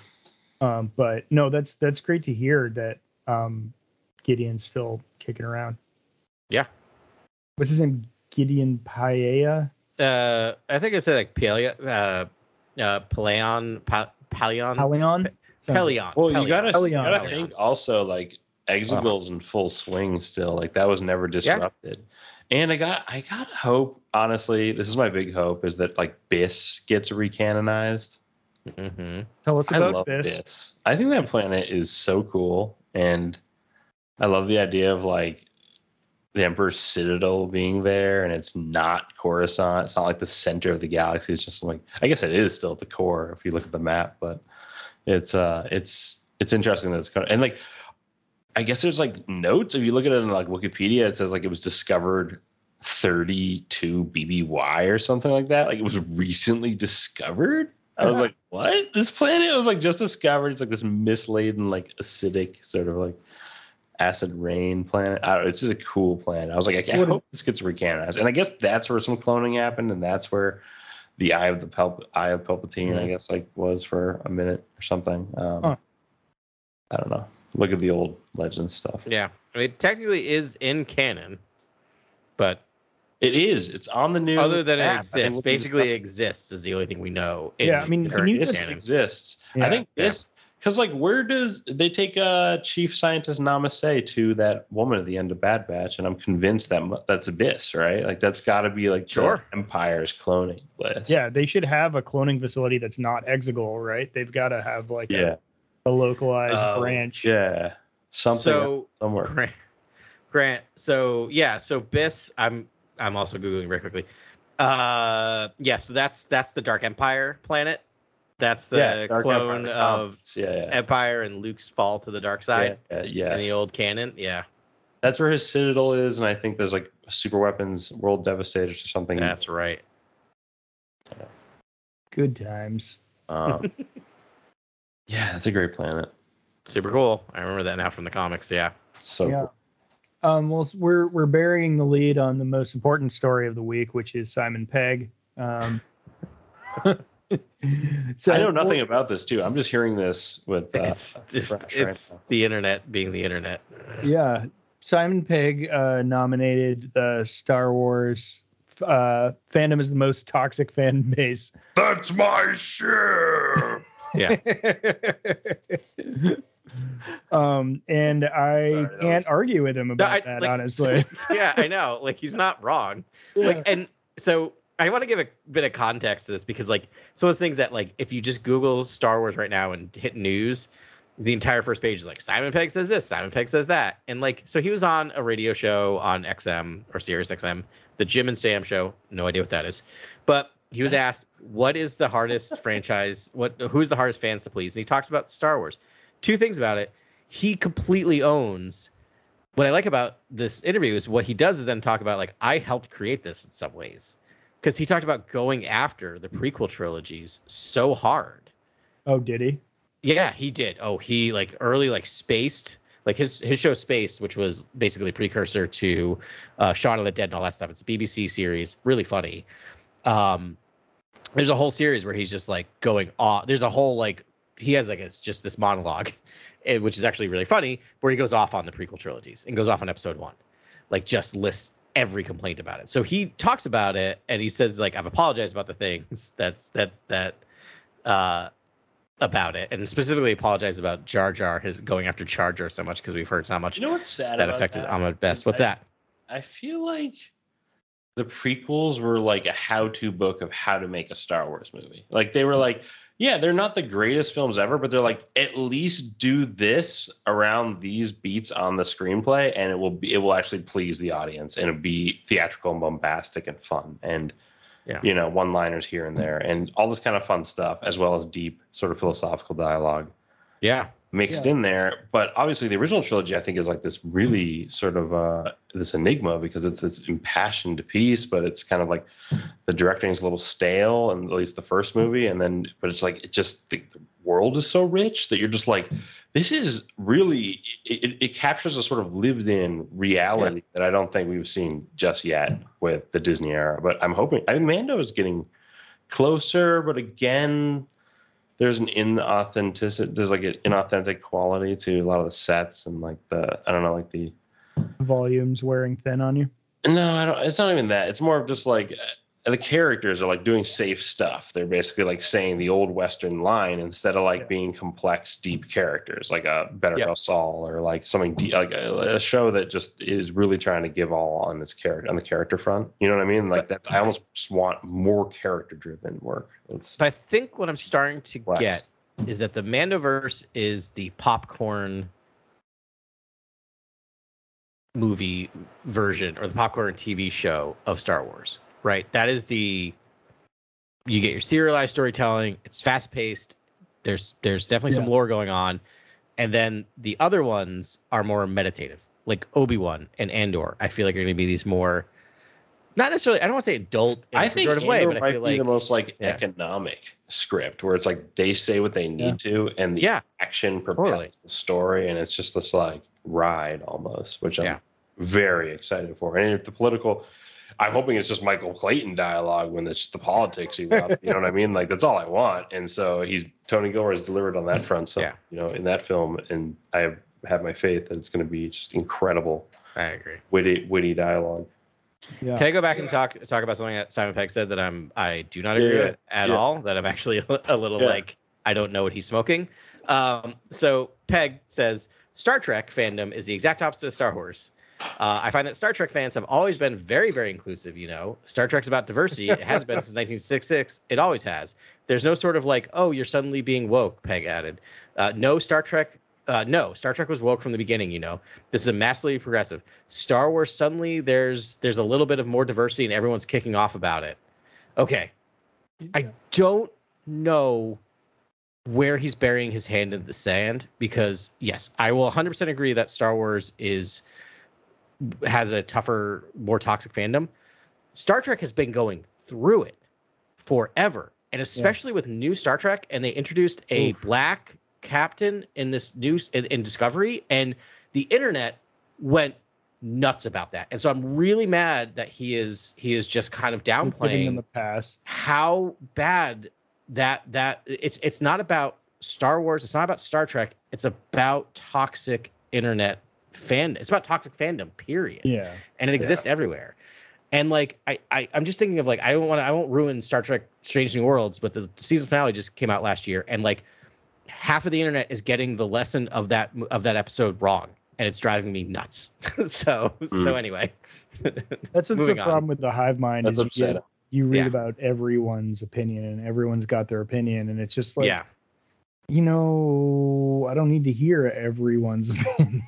S7: yeah.
S5: Um, but no, that's that's great to hear that um, Gideon's still kicking around.
S6: Yeah.
S5: What's his name? Gideon Paella.
S6: Uh, I think I said like Pelion, uh, uh, Pelion, Pa- Pelion,
S5: Paleon.
S6: Pelion.
S7: Well,
S6: Pelion.
S7: you gotta,
S5: Hell
S7: you
S5: yeah.
S7: gotta
S6: Hell yeah.
S7: think also like Exegol's in full swing still. Like that was never disrupted. And I got, I got hope. Honestly, this is my big hope is that like Biss gets recanonized.
S6: Mhm.
S5: Tell us
S7: I love
S5: about
S7: Biss.
S5: this.
S7: I think that planet is so cool, and I love the idea of like the Emperor's Citadel being there, and it's not Coruscant. It's not like the center of the galaxy. It's just like I guess it is still at the core if you look at the map, but it's uh it's it's interesting that it's kind of and like I guess there's like notes if you look at it in like Wikipedia, it says like it was discovered 32 BBY or something like that. Like it was recently discovered. I
S5: Uh-huh.
S7: was like, what? This planet was like just discovered. It's like this misladen, like acidic sort of like acid rain planet. I don't know. It's just a cool planet. I was like, I, I
S5: What is-
S7: hope this gets recanonized. And I guess that's where some cloning happened, and that's where the eye of the Palp- eye of Palpatine, I
S6: Mhm.
S7: guess, like was for a minute or something. Um,
S5: Mm-hmm. Huh.
S7: I don't know. Look at the old legend stuff.
S6: Yeah, I mean, technically is in canon, but
S7: It is. It's on the new.
S6: other than it
S7: app. I think
S6: exists
S7: we'll be
S6: basically it
S7: discussing- exists.
S6: exists is the only thing we know
S5: Yeah, I mean,
S6: the
S5: can
S6: current
S5: you
S7: It
S5: just-
S6: canon.
S7: I
S5: Yeah.
S7: think
S6: Yeah.
S7: this because like where does they take uh chief scientist Namaste to that woman at the end of Bad Batch, and I'm convinced that mu- that's Abyss, right? Like that's got to be like the
S6: Sure.
S7: Empire's cloning list.
S5: Yeah, they should have a cloning facility that's not Exegol, right? They've got to have like
S7: Yeah.
S5: a, a localized
S6: Oh,
S5: branch.
S7: Yeah. Something
S6: so
S7: somewhere.
S6: grant, grant so yeah so bis i'm i'm also googling very quickly uh yeah so that's that's the dark empire planet that's the
S7: yeah, Dark
S6: clone
S7: Empire
S6: of
S7: comics. yeah, yeah.
S6: empire and luke's fall to the dark
S7: Yeah,
S6: side
S7: yeah,
S6: in
S7: yes.
S6: the old canon yeah
S7: That's where his citadel is, and I think there's like super weapons, world devastators, or something.
S6: that's right
S5: Good times.
S7: Um, yeah, that's a great planet.
S6: super cool i remember that now from the comics yeah
S7: So
S5: Yeah.
S7: cool.
S5: Um, well, we're we're burying the lead on the most important story of the week, which is Simon Pegg. Um, so
S7: I know nothing about this too. I'm just hearing this with. Uh,
S6: it's just
S7: fresh right
S6: it's
S7: now.
S6: the internet being the internet
S5: Yeah, Simon Pegg uh, nominated the Star Wars uh, fandom as the most toxic fan base.
S1: That's my share.
S6: yeah
S5: Um, and I
S7: Sorry, that
S5: can't
S7: was-
S5: argue with him about
S6: I-
S5: that,
S6: like-
S5: honestly.
S6: yeah, I know. Like he's not wrong. Like and so I want to give a bit of context to this because like it's one of those things that like if you just Google Star Wars right now and hit news, the entire first page is like Simon Pegg says this, Simon Pegg says that, and like so he was on a radio show on XM or Sirius XM, the Jim and Sam show. No idea what that is, but he was asked what is the hardest franchise, what who's the hardest fans to please, and he talks about Star Wars. Two things about it. He completely owns what I like about this interview is what he does is then talk about like I helped create this in some ways because he talked about going after the prequel trilogies so hard.
S5: oh, did he?
S6: Yeah, he did. Oh, he like early like spaced like his his show Spaced, which was basically a precursor to uh, Shaun of the Dead and all that stuff. It's a BBC series, really funny. Um, there's a whole series where he's just like going off. There's a whole like he has like it's just this monologue, eh, which is actually really funny, where he goes off on the prequel trilogies and goes off on episode one, like just lists every complaint about it. So he talks about it and he says like I've apologized about the things that's that that uh about it and specifically apologized about Jar Jar his going after Jar Jar so much because we've heard so much
S7: you know what's sad
S6: that
S7: about
S6: affected
S7: that?
S6: Ahmed Best. What's
S7: I-
S6: that?
S7: I feel like the prequels were like a how-to book of how to make a Star Wars movie. Like they were like, yeah, they're not the greatest films ever, but they're like, at least do this around these beats on the screenplay, and it will be it will actually please the audience and it'll be theatrical and bombastic and fun and
S6: Yeah.
S7: you know, one-liners here and there and all this kind of fun stuff, as well as deep sort of philosophical dialogue
S6: Yeah.
S7: mixed
S5: Yeah.
S7: in there. But obviously, the original trilogy, I think, is like this really sort of uh, this enigma because it's this impassioned piece, but it's kind of like the directing is a little stale, and at least the first movie, and then but it's like it just the, the world is so rich that you're just like. This is really it, it- it captures a sort of lived-in reality that I don't think we've seen just yet with the Disney era. But I'm hoping I mean, Mando is getting closer, but again, there's an inauthenticity there's like an inauthentic quality to a lot of the sets and like the i don't know like the
S5: Volumes wearing thin on you.
S7: no i don't it's not even that it's more of just like uh, the characters are like doing safe stuff they're basically like saying the old western line instead of like
S5: Yeah.
S7: being complex deep characters like a better
S6: Yeah.
S7: call saul or like something de- like a, a show that just is really trying to give all on its character on the character front you know what i mean like that's i almost just want more character driven work it's
S6: But I think what I'm starting to
S7: complex.
S6: get is that the Mandoverse is the popcorn movie version or the popcorn TV show of Star Wars, right? That is the you get your serialized storytelling, it's fast paced, there's there's definitely some
S5: Yeah.
S6: lore going on. And then the other ones are more meditative, like Obi-Wan and Andor. I feel like are gonna be these more not necessarily I don't want to say adult in a
S7: I think
S6: pejorative way,
S7: Andor
S6: but I
S7: might
S6: feel
S7: be
S6: like
S7: the most like
S6: yeah.
S7: economic script where it's like they say what they need
S5: Yeah.
S7: to, and the
S6: yeah,
S7: action propels
S6: Totally.
S7: the story, and it's just this like ride almost, which I'm
S6: Yeah.
S7: very excited for. And if the political, I'm hoping it's just Michael Clayton dialogue when it's just the politics you want. you know what I mean? Like that's all I want. And so he's Tony Gilroy has delivered on that front. So
S6: Yeah.
S7: you know, in that film, and I have, have my faith that it's going to be just incredible,
S6: I agree.
S7: witty, witty dialogue.
S5: Yeah.
S6: Can I go back and talk talk about something that Simon Pegg said that I'm I do not agree
S7: Yeah,
S6: with at
S7: yeah.
S6: all? That I'm actually a little
S7: Yeah.
S6: like I don't know what he's smoking. Um, so Pegg says Star Trek fandom is the exact opposite of Star Wars. Uh, I find that Star Trek fans have always been very, very inclusive. You know, Star Trek's about diversity. It has been since 1966. It always has. There's no sort of like, oh, you're suddenly being woke. Peg added, uh, no Star Trek. Uh, no, Star Trek was woke from the beginning. You know, this is a massively progressive. Star Wars suddenly there's there's a little bit of more diversity and everyone's kicking off about it. Okay. I don't know where he's burying his hand in the sand because yes, I will 100% agree that Star Wars is has a tougher, more toxic fandom. Star Trek has been going through it forever, and especially with new Star Trek and they introduced a black captain in this new in, in Discovery and the internet went nuts about that. And so I'm really mad that he is he is just kind of
S5: I'm giving
S6: downplaying
S5: them the pass.
S6: how bad that that it's it's not about Star Wars, it's not about Star Trek, it's about toxic internet fan. It's about toxic fandom, period.
S5: Yeah.
S6: And it exists everywhere. And like I, I I'm just thinking of like I don't want I won't ruin Star Trek Strange New Worlds, but the season finale just came out last year and like half of the internet is getting the lesson of that of that episode wrong, and it's driving me nuts. so so
S7: Mm.
S6: anyway,
S5: That's what's the
S6: Moving on.
S5: problem with the hive mind
S7: That's
S5: is you,
S7: upsetting.
S5: get, you read
S6: Yeah.
S5: about everyone's opinion and everyone's got their opinion and it's just like
S6: yeah,
S5: you know I don't need to hear everyone's opinion.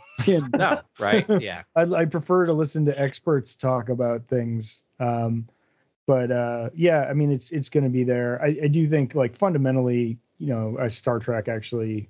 S6: no, right, yeah,
S5: I, I prefer to listen to experts talk about things. Um, but uh, yeah, I mean, it's it's going to be there. I, I do think like fundamentally, you know, uh, Star Trek actually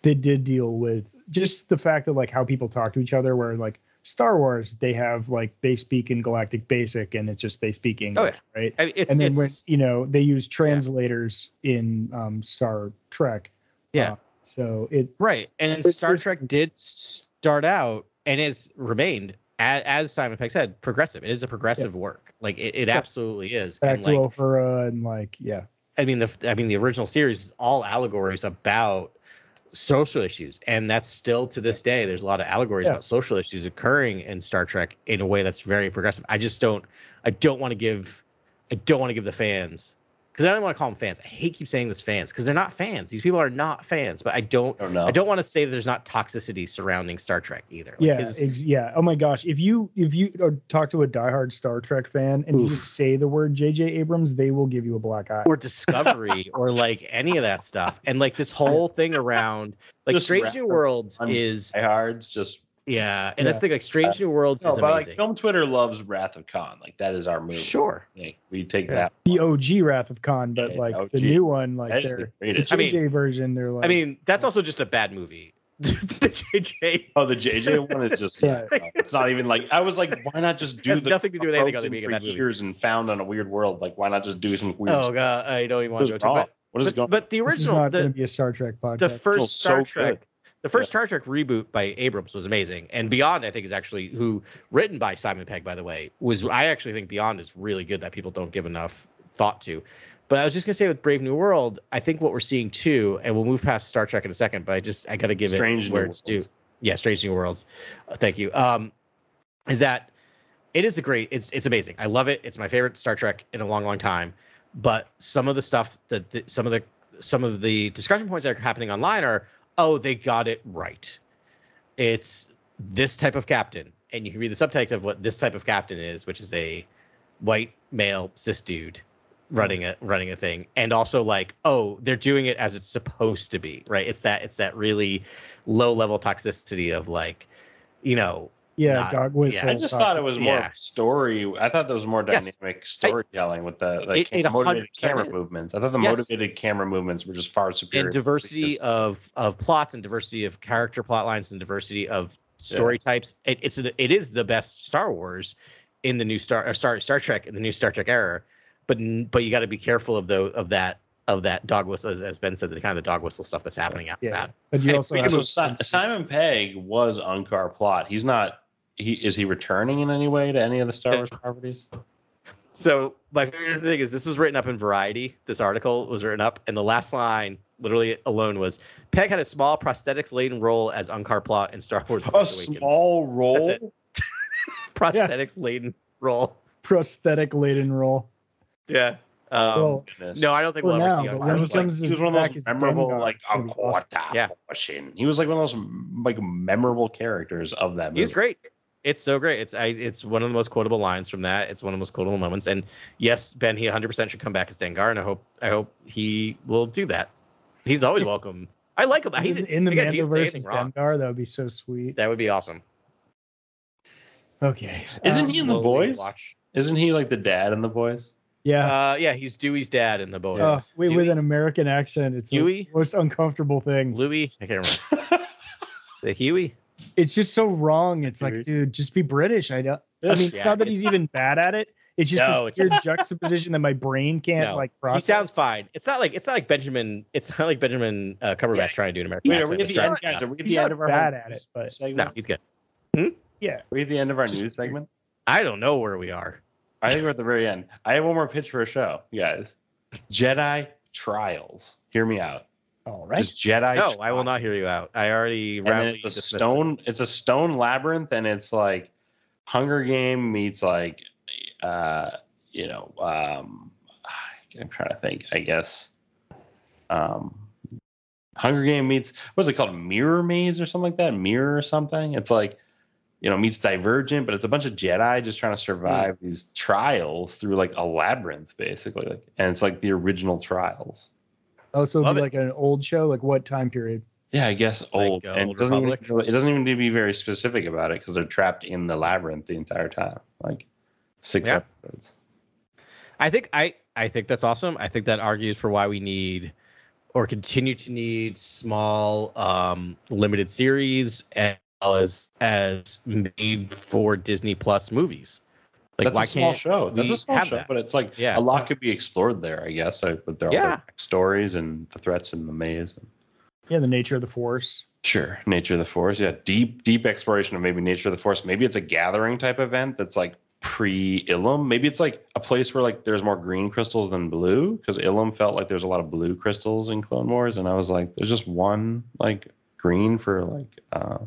S5: did did deal with just the fact that like how people talk to each other. Where like Star Wars, they have like they speak in Galactic Basic, and it's just they speak English, right?
S6: I mean, it's
S5: and then
S6: it's
S5: when you know they use translators in um, Star Trek.
S6: Yeah.
S5: Uh, so it
S6: Right. And
S5: It's
S6: Star
S5: just-
S6: Trek did start out and has remained, as, as Simon Pegg said, progressive. It is a progressive work. Like it, it
S5: Yeah.
S6: absolutely is.
S5: back
S6: and
S5: to
S6: like
S5: O'Hara and like yeah,
S6: I mean the I mean the original series is all allegories about social issues. And that's still to this day, there's a lot of allegories
S5: Yeah.
S6: about social issues occurring in Star Trek in a way that's very progressive. I just don't I don't want to give I don't want to give the fans because I don't want to call them fans. I hate keep saying this fans because they're not fans. These people are not fans, but I don't
S7: I don't know.
S6: I don't want to say that there's not toxicity surrounding Star Trek either. Like,
S5: yeah,
S6: it's-
S5: ex- yeah. Oh my gosh, if you if you uh, talk to a diehard Star Trek fan and you
S7: Oof.
S5: say the word J.J. Abrams, they will give you a black eye.
S6: or Discovery or like any of that stuff. And like this whole thing around like
S7: Just
S6: Strange
S7: wrap
S6: New
S7: them.
S6: Worlds
S7: I'm-
S6: is
S7: diehards just
S6: yeah, and that's the thing like Strange New Worlds
S7: no,
S6: is
S7: but like
S6: amazing.
S7: film Twitter loves Wrath of Khan. Like that is our movie.
S6: sure.
S7: Like, we take
S6: Yeah.
S7: that.
S5: The OG Wrath of Khan, but
S7: Yeah,
S5: like the
S7: OG.
S5: new one, like
S7: That is the
S5: their the
S7: greatest.
S6: I mean-
S5: J.J. version, they're like.
S6: I mean, that's also just a bad movie. the JJ
S7: oh, the JJ one is just. uh,
S5: Yeah.
S7: It's not even like I was like, why not just do
S6: Has
S7: the
S6: nothing to do with anything
S7: approach
S6: other than
S7: in
S6: being a
S7: for
S6: bad movie.
S7: years and found on a weird world? Like, why not just do some weird?
S6: Oh
S7: stuff?
S6: god, I don't even
S7: What
S6: want
S7: is
S6: to go to
S7: wrong?
S6: but,
S7: What is
S6: but,
S7: going?
S6: but the
S5: this is
S6: original
S5: not going
S6: the,
S5: to be a Star Trek podcast.
S6: the
S7: Feels
S6: first
S7: so
S6: Star
S7: good.
S6: Trek, the first Star Trek reboot by Abrams was amazing, and Beyond I think is actually who written by Simon Pegg by the way was I actually think Beyond is really good that people don't give enough thought to. But I was just gonna say with Brave New World, I think what we're seeing too, and we'll move past Star Trek in a second, but I just I gotta give
S7: Strange
S6: it
S7: New
S6: where it's due.
S7: Worlds.
S6: Yeah, Strange New Worlds. Uh, thank you. Um, is that it is a great it's it's amazing i love it it's my favorite star trek in a long long time but some of the stuff that the, some of the some of the discussion points that are happening online are oh they got it right it's this type of captain and you can read the subtext of what this type of captain is which is a white male cis dude running a running a thing and also like oh they're doing it as it's supposed to be right it's that it's that really low level toxicity of like you know
S5: yeah,
S6: not-
S5: dog whistle.
S7: I just thought it was more
S6: Yeah.
S7: story. I thought there was more
S6: Yes.
S7: dynamic storytelling with the, the
S6: It-
S7: cam-
S6: it a hundred
S7: motivated
S6: percent
S7: camera
S6: is.
S7: movements. I thought the
S6: Yes.
S7: motivated camera movements were just far superior.
S6: and diversity
S7: because-
S6: of of plots and diversity of character plot lines and diversity of story types. It, it's an- it is the best Star Wars in the new Star or sorry Star Trek in the new Star Trek era, but n- but you got to be careful of the of that of that dog whistle as, as Ben said the kind of the dog whistle stuff that's happening after
S5: Yeah,
S6: that.
S5: but you
S7: Hey,
S5: also
S7: because
S5: have
S7: of Si- Simon Pegg was Uncar plot. He's not. He is he returning in any way to any of the Star Wars properties?
S6: So my favorite thing is this was written up in Variety. This article was written up, and the last line, literally alone, was Peg had a small prosthetics-laden role as Unkar plot in Star Wars: The
S7: A
S6: Force Awakens.
S7: small
S6: That's
S7: role.
S6: it. prosthetics-laden role.
S5: prosthetic laden roll.
S6: Yeah. Um,
S5: well,
S7: Goodness.
S6: no, I don't think
S5: for
S6: we'll ever
S5: now,
S6: see
S5: but
S6: Uncle
S5: when he
S6: Arnold. Like,
S5: comes
S7: he was one of
S5: back
S7: those
S5: as
S7: memorable,
S5: Demogorgon,
S7: like
S5: it's
S7: a
S5: gonna be awesome.
S7: quarter
S6: Yeah.
S7: portion. He was like one of those like memorable characters of that movie.
S6: he's great. It's so great. It's I, it's one of the most quotable lines from that. It's one of the most quotable moments. And yes, Ben, he 100% should come back as Dengar, and I hope I hope he will do that. He's always welcome. I like him. I
S5: in,
S6: hate it.
S5: in the
S6: Again, he didn't say
S5: Mandoverse
S6: anything
S5: as
S6: wrong.
S5: Dengar, that would be so sweet.
S6: That would be awesome.
S5: Okay,
S7: Isn't
S5: um,
S7: he in the
S6: Slowly
S7: boys?
S6: Watch.
S7: Isn't he like the dad in the boys?
S5: Yeah.
S6: Uh, yeah, he's Dewey's dad in the boy.
S5: Oh, we,
S6: Dewey?
S5: with an American accent, it's
S6: Huey?
S5: the most uncomfortable thing.
S6: Louis, I can't remember. the Huey.
S5: It's just so wrong. It's like,
S7: Huey.
S5: dude, just be British. I don't. I mean,
S6: Yeah,
S5: it's not that
S6: it's-
S5: he's even bad at it. It's just
S6: No,
S5: this weird juxtaposition that my brain can't
S6: No,
S5: like
S6: He
S5: process.
S6: sounds fine. It's not like it's not like Benjamin. It's not like Benjamin uh, Cumberbatch
S7: Yeah.
S6: trying to do an American
S7: Wait, are
S6: accent.
S7: we at
S6: It's
S7: the end,
S6: not-
S7: guys? Are we at
S5: He's
S7: the
S5: not
S7: end of our
S5: bad
S7: whole
S5: at
S7: news
S5: it, but-
S6: no,
S7: segment?
S6: he's good.
S7: Are we at the end of our
S5: Just-
S7: news segment?
S6: I don't know where we are.
S7: I think we're at the very end. I have one more pitch for a show, you guys. Jedi Trials. Hear me out.
S5: all right.
S7: Just Jedi.
S6: no, I will
S7: Trials.
S6: not hear you out. I already
S7: And then
S6: roundly
S7: it's a
S6: dismissed
S7: stone. It's a stone labyrinth, and it's like Hunger Game meets like, uh, you know, um, I'm trying to think. I guess, um, Hunger Game meets what's it called? Mirror Maze or something like that? Mirror or something? It's like, you know, meets Divergent, but it's a bunch of Jedi just trying to survive these trials through like a labyrinth, basically. Like, and it's like the original trials.
S5: Oh, so it'd
S6: Love
S5: be
S6: it.
S5: like an old show. Like what time period?
S7: Yeah, I guess old.
S6: uh,
S7: and
S6: Old
S7: it doesn't even,
S6: Republic?
S7: it doesn't even need to be very specific about it because they're trapped in the labyrinth the entire time, like six
S6: Yeah.
S7: episodes.
S6: I think I I think that's awesome. I think that argues for why we need or continue to need small um limited series as well as as made for Disney Plus movies. Like
S7: That's
S6: why
S7: a small
S6: can't
S7: show. That's
S6: we
S7: a small
S6: have
S7: show,
S6: that?
S7: but it's like
S6: Yeah.
S7: a lot could be explored there, I guess, like, with their all
S6: Yeah.
S7: their stories and the threats and the maze.
S5: Yeah, the nature of the force.
S7: Sure, nature of the force. Yeah, deep, deep exploration of maybe nature of the force. Maybe it's a gathering type event that's like pre Ilum. Maybe it's like a place where like there's more green crystals than blue because Ilum felt like there's a lot of blue crystals in Clone Wars, and I was like, there's just one like green for like uh,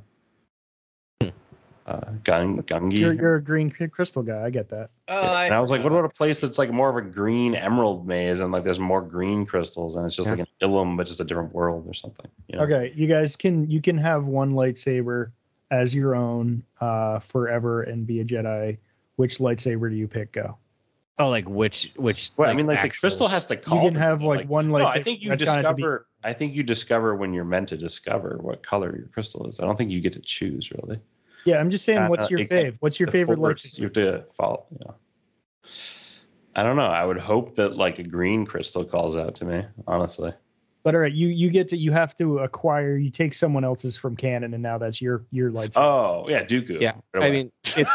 S7: uh Gung
S5: You're,
S7: Gungi.
S5: you're a green cr- crystal guy. I get that.
S6: Oh,
S7: And I was like, what about a place that's like more of a green emerald maze and like there's more green crystals and it's just
S6: Yeah.
S7: like an Ilum but just a different world or something. You know?
S5: Okay, you guys can you can have one lightsaber as your own uh forever and be a Jedi. Which lightsaber do you pick? Go.
S6: oh like which which
S7: Well, I mean, like the
S6: actual-
S7: crystal has to
S5: You
S7: call.
S5: can have like one lightsaber.
S7: No, I think you
S5: That's gotta be-
S7: discover. I think you discover when you're meant to discover what color your crystal is. I don't think you get to choose really.
S5: Yeah, I'm just saying.
S7: uh,
S5: What's your
S7: it can-
S5: fave? What's your
S7: The
S5: favorite
S7: force,
S5: lightsaber?
S7: You have to follow. You know. I don't know. I would hope that like a green crystal calls out to me. Honestly,
S5: But all right, you you get to you have to acquire. You take someone else's from canon, and now that's your your lightsaber.
S7: oh yeah, Dooku.
S6: Yeah,
S7: Right
S6: I
S7: away.
S6: mean it's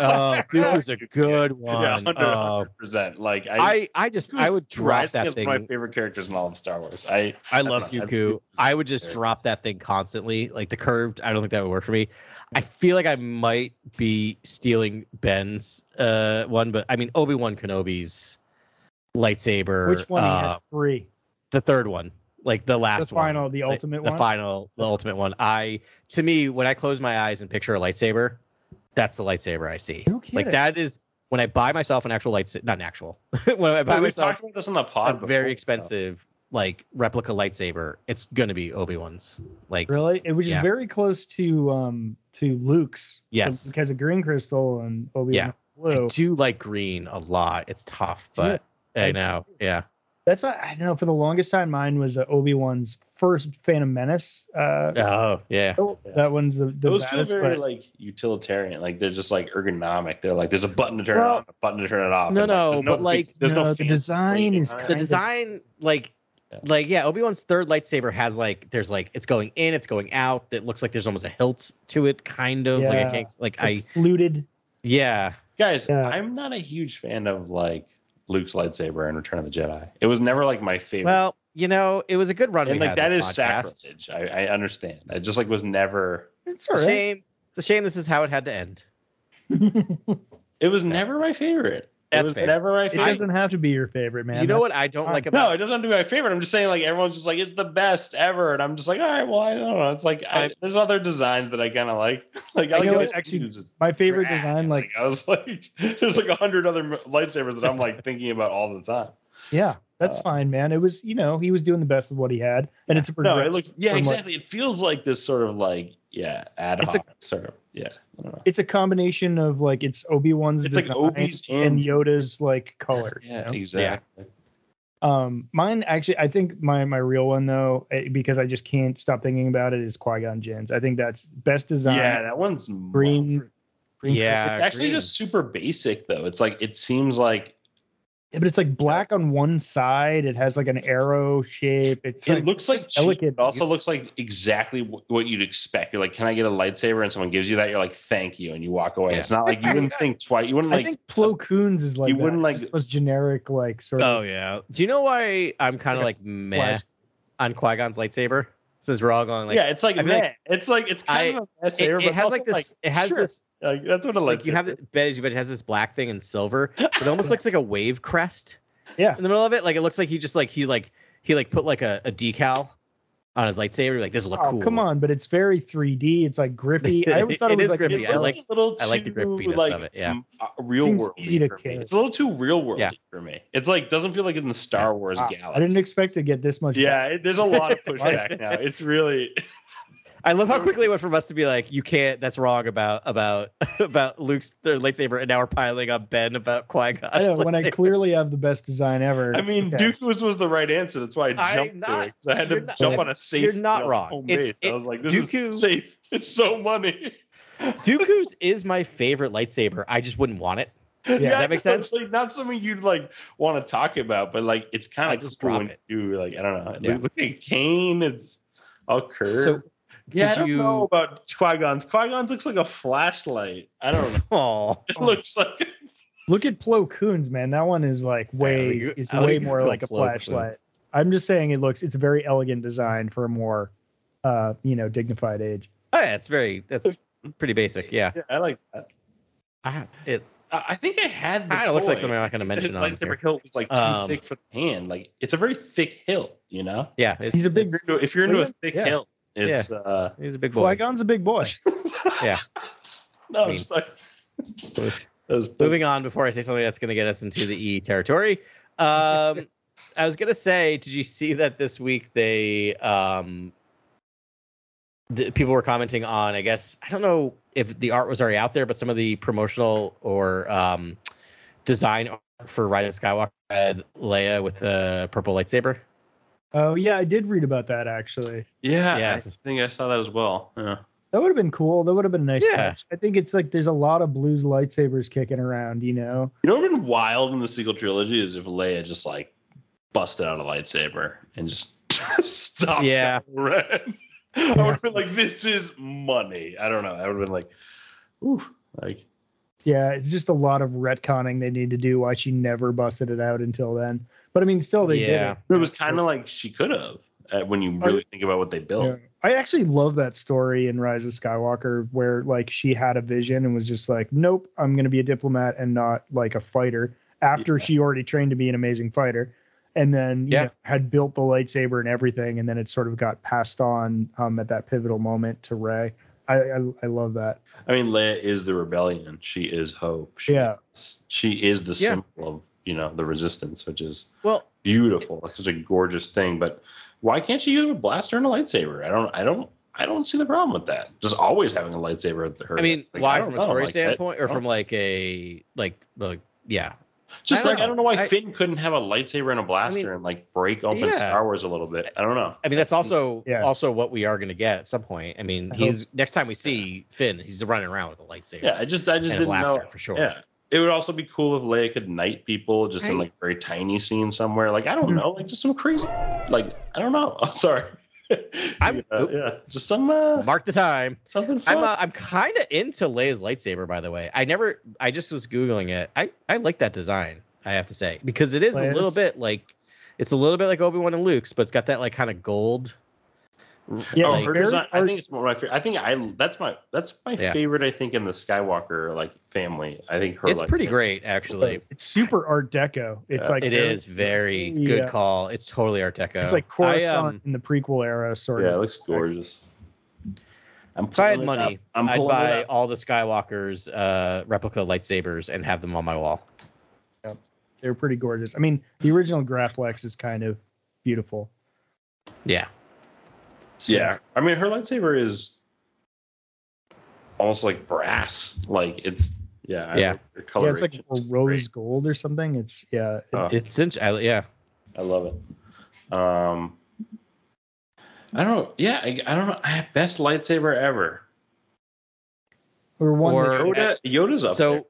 S6: uh Dooku's a good
S7: yeah,
S6: one. Uh,
S7: 100 percent. Like I,
S6: I I just I would drop
S7: Ryzen
S6: that
S7: is one of my
S6: thing.
S7: favorite characters in all of Star Wars. I
S6: I love
S7: don't know.
S6: Dooku.
S7: Dooku's
S6: I would just
S7: hilarious.
S6: drop that thing constantly. Like the curved, I don't think that would work for me. I feel like I might be stealing Ben's uh one, but I mean Obi Wan Kenobi's lightsaber.
S5: Which one?
S6: uh,
S5: Uh, three.
S6: the third one, like the
S5: The
S6: last one.
S5: final, the
S6: Like,
S5: ultimate
S6: the
S5: one.
S6: final, the ultimate one. I to me, when I close my eyes and picture a lightsaber, that's the lightsaber I see.
S5: No
S6: Like
S5: kidding.
S6: that is when I buy myself an actual lightsaber, not an actual. when I buy
S7: But we
S6: myself
S7: talked about this on the
S6: a
S7: pod. before,
S6: very
S7: though.
S6: expensive like replica lightsaber, it's gonna be Obi Wan's. Like
S5: Really, it was just
S6: Yeah.
S5: very close to um to Luke's.
S6: Yes.
S5: because of Green Crystal and Obi Wan
S6: Yeah. I
S5: Blue.
S6: do like green a lot. It's tough, but
S5: I
S6: I know. Yeah.
S5: That's why I don't know. For the longest time, mine was uh, Obi Wan's first Phantom Menace. Uh,
S6: Oh yeah.
S5: oh, That one's the, the
S7: Those
S5: baddest,
S7: feel very
S5: but
S7: like utilitarian. Like they're just like ergonomic. They're like there's a button to turn
S5: Well-
S7: it on, a button to turn it off.
S6: No,
S7: and,
S6: no,
S7: there's
S6: but, like,
S7: fix- there's
S5: no, the
S7: fancy
S5: design
S7: way
S5: is
S7: behind
S6: The
S5: kind
S7: it.
S5: of-
S6: design, like
S7: Yeah.
S6: like yeah, Obi Wan's third lightsaber has like there's like it's going in, it's going out. That looks like there's almost a hilt to it, kind of. Like
S5: Yeah.
S6: I can't like
S5: like,
S6: I
S5: fluted.
S6: yeah.
S7: Guys,
S5: Yeah.
S7: I'm not a huge fan of like Luke's lightsaber in Return of the Jedi. It was never like my favorite.
S6: Well, you know, it was a good run.
S7: and
S6: we
S7: like
S6: had
S7: that
S6: this
S7: is
S6: podcast.
S7: sacrilege. I, I understand. It just like was never.
S5: It's
S6: It's
S5: all
S6: a
S5: right.
S6: shame. It's a shame this is how it had to end.
S7: It was never my favorite.
S6: That's
S7: it was
S6: fair.
S7: never my
S5: It
S7: favorite.
S5: doesn't have to be your favorite, man.
S6: you know
S5: That's-
S6: what I don't
S5: fine.
S6: like about
S7: no, it doesn't have to be my favorite. I'm just saying, like everyone's just like it's the best ever, and I'm just like, all right, well, I don't know. It's like I,
S6: I-
S7: there's other designs that I kind of like. Like I
S5: You
S7: like
S5: know
S7: how
S5: what,
S7: it's
S5: actually,
S7: used.
S5: My favorite
S7: rad.
S5: design, like
S7: I was like, there's like a hundred other m- lightsabers that I'm like thinking about all the time.
S5: Yeah, that's
S7: Uh,
S5: fine, man. It was, you know, he was doing the best with what he had, and it's a
S7: No, it
S5: progression
S7: looks yeah,
S5: from, uh, like-
S7: exactly. It feels like this sort of like yeah, ad
S5: It's
S7: hoc sort of yeah. I don't know.
S5: it's a combination of like it's Obi Wan's
S7: It's like Obi's
S5: and
S7: and
S5: Yoda's like color. you
S7: yeah,
S5: know?
S7: exactly.
S5: Um, mine actually, I think my my real one though, eh, because I just can't stop thinking about it, is Qui Gon Jinn's. I think that's best
S7: Yeah,
S5: design.
S7: that one's
S5: green.
S7: rough.
S5: green
S6: Yeah,
S7: It's actually
S6: green.
S7: just super basic though. It's like it seems like
S5: but it's like black on one side. It has like an arrow shape. It's
S7: it
S5: like,
S7: looks like
S5: just
S7: cheap,
S5: delicate.
S7: It also looks like exactly wh- what you'd expect. You're like, can I get a lightsaber? And someone gives you that, you're like, thank you, and you walk away.
S6: Yeah.
S7: It's not like you wouldn't think twice. You wouldn't
S5: I
S7: like.
S5: think Plo Koon's is like
S7: you
S5: that.
S7: wouldn't, like-
S5: It's the most generic like sort
S6: Oh
S5: of.
S6: yeah. Do you know why I'm kind of like meh
S5: flash-
S6: on Qui Gon's lightsaber? Since we're all going like,
S7: yeah, it's like
S6: I feel like-
S7: meh. it's like it's kind
S6: I-
S7: of a mess
S6: it,
S7: saber,
S6: it
S7: but
S6: has
S7: also,
S6: like this. it has
S7: sure.
S6: this.
S7: Like that's what I
S6: Like
S7: like.
S6: you have the bet, but it has this black thing in silver. But it almost looks like a wave crest
S5: Yeah.
S6: in the middle of it. Like it looks like he just like he like he like put like a, a decal on his lightsaber. Like this look
S5: Oh,
S6: cool.
S5: come on, but it's very 3D. It's like grippy. I always thought it,
S6: It
S5: was
S6: is
S5: like
S6: grippy. I
S7: looks
S6: like-
S7: a little too,
S6: I like the grippiness
S7: like,
S6: of it, yeah.
S7: m- uh, real
S5: Seems
S7: world.
S5: easy to
S7: for me.
S5: carry.
S7: It's a little too real world
S6: Yeah.
S7: for me. It's like doesn't feel like in the Star Wars
S5: Wow,
S7: galaxy.
S5: Ah, I didn't expect to get this much.
S7: yeah, it, there's a lot of pushback now. It's really
S6: I love how quickly it went from us to be like, you can't. That's wrong about about about Luke's their lightsaber, and now we're piling on Ben about Qui Gon.
S5: I know, when I clearly have the best design ever.
S7: I mean,
S5: Okay.
S7: Dooku's was the right answer. That's why I
S6: I'm
S7: jumped to
S6: not-
S7: it. 'cause I had to
S6: you're not-
S7: jump on a safe.
S6: you're not
S7: you know,
S6: wrong.
S7: Home
S6: It's-
S7: base.
S6: it-
S7: I was like, this
S6: Dooku-
S7: is safe. It's so money.
S6: Dooku's is my favorite lightsaber. I just wouldn't want it.
S7: Yeah,
S6: that
S7: I
S6: make
S7: know, it's,
S6: sense?
S7: Like, not something you'd like want to talk about, but like it's
S6: I
S7: kind of
S6: just
S7: cool
S6: drop
S7: when
S6: it.
S7: you do, like I don't know.
S6: Yeah.
S7: Look at Kane. It's all curved.
S6: So
S7: yeah, I
S6: did
S7: don't know
S6: you?
S7: about Qui Gon's. Qui Gon's looks like a flashlight. I don't know.
S6: Oh,
S7: It looks like
S5: Look at Plo Koons, man. That one is like way
S6: you-
S5: is
S6: I would
S5: way
S6: agree
S5: more
S6: with
S5: like a
S6: Plo Koons.
S5: flashlight. I'm just saying it looks it's a very elegant design for a more uh you know dignified age.
S6: oh yeah, it's very that's pretty basic. Yeah,
S7: yeah, I like that.
S6: I, it
S7: I I think I had. The
S6: kind of looks like
S7: toy.
S6: something I'm not going to
S7: His
S6: mention on
S7: lightsaber
S6: here.
S7: hilt was like too
S6: Um,
S7: thick for the hand. Like it's a very thick hilt, you know.
S6: Yeah, it's-
S5: He's a big
S6: it's-
S7: So if you're into a
S5: Yeah.
S7: thick
S6: Yeah.
S7: hilt, it's uh
S6: He's a big boy.
S5: Qui Gon's a big boy.
S6: Yeah.
S7: no,
S6: I
S7: I'm
S6: mean-
S7: sorry. Those-
S6: Moving on before I say something that's going to get us into the E territory. Um, I was going to say, did you see that this week they um, d- people were commenting on? I guess I don't know if the art was already out there, but some of the promotional or um, design art for Rise of Skywalker had Leia with the purple lightsaber.
S5: Oh yeah, I did read about that actually.
S7: Yeah,
S6: Yeah.
S7: I think I saw that as well. Yeah.
S5: That would have been cool. That would have been a nice
S6: Yeah.
S5: touch. I think it's like there's a lot of blues lightsabers kicking around, you know.
S7: You know what would have been wild in the sequel trilogy is if Leia just like busted out a lightsaber and just stopped
S6: Yeah.
S7: Kylo Ren. I would have been like, this is money. I don't know. I would have been like, ooh, like
S5: Yeah, it's just a lot of retconning they need to do why she never busted it out until then. But I mean still they did
S6: Yeah.
S5: it.
S7: it was kind of like she could have uh, when you really think about what they built.
S5: Yeah. I actually love that story in Rise of Skywalker where like she had a vision and was just like, nope, I'm going to be a diplomat and not like a fighter after
S7: Yeah.
S5: she already trained to be an amazing fighter. And then you
S6: Yeah.
S5: know, had built the lightsaber and everything. And then it sort of got passed on um, at that pivotal moment to Rey. I, I, I love that.
S7: I mean, Leia is the rebellion. She is hope. She,
S5: Yeah.
S7: She is the
S6: Yeah.
S7: symbol of, you know, the resistance, which is
S6: Well,
S7: beautiful. It's such a gorgeous thing. But why can't she use a blaster and a lightsaber? I don't I don't I don't see the problem with that. Just always having a lightsaber at her.
S6: I mean,
S7: Like,
S6: why
S7: don't
S6: from a
S7: know,
S6: story
S7: like, I-
S6: standpoint, or
S7: don't-
S6: from like a like like yeah,
S7: just
S6: I don't
S7: like I don't know why
S6: know. I-
S7: Finn couldn't have a lightsaber and a blaster
S6: mean,
S7: and like break open
S6: yeah.
S7: Star Wars a little bit. I don't know.
S6: I mean, that's also
S5: Yeah.
S6: also what we are going to get at some point. I mean,
S5: I hope
S6: he's next time we see Finn, he's running around with a lightsaber
S7: Yeah, I just I just
S6: and a
S7: didn't
S6: blaster
S7: know.
S6: for sure.
S7: Yeah. It would also be cool if Leia could knight people just in
S6: Right. Hmm.
S7: like very tiny scenes somewhere. Like I don't
S5: Mhm.
S7: know, like just some crazy like I don't know. I'm sorry.
S6: I'm-
S7: yeah, yeah, just some uh,
S6: Mark the time.
S7: something fun.
S6: I'm uh, I'm kind of into Leia's lightsaber, by the way. I never. I just was googling it. I I like that design. I have to say because it is a
S5: Leia's?
S6: little bit like it's a little bit like Obi Wan and Luke's, but it's got that like kind of gold.
S5: Yeah.
S7: oh,
S6: like-
S7: her
S5: very
S7: design, I
S5: art-
S7: think it's one of my favorite. I think I that's my that's my
S6: Yeah.
S7: favorite. I think in the Skywalker like family. I think her
S6: It's
S7: like,
S6: pretty great, actually.
S5: It's super Art Deco. It's
S7: Yeah.
S5: like
S6: It is very
S5: Yeah.
S6: good call. It's totally Art Deco.
S5: It's like
S6: I,
S5: Coruscant
S6: um,
S5: in the prequel era, sort
S7: Yeah, it
S5: of.
S7: looks gorgeous. I'm
S6: If I had
S7: pulling it
S6: money,
S7: up. I'm
S6: I'd
S7: pulling it
S6: buy
S7: up.
S6: all the Skywalker's uh, replica lightsabers and have them on my wall.
S5: They're pretty gorgeous. I mean, the original Graflex is kind of beautiful.
S6: Yeah.
S7: Yeah, I mean her lightsaber is almost like brass. Like it's yeah I
S6: Yeah.
S7: love her
S5: Yeah, it's like
S7: coloration.
S5: a rose gold or something. It's yeah.
S7: Uh,
S6: It's int- I, yeah.
S7: I love it. Um, I don't. know. Yeah, I, I don't know. I have best lightsaber ever. uh,
S5: Or one
S6: or-
S5: that-
S7: Yoda, Yoda's up there.
S6: So
S5: I was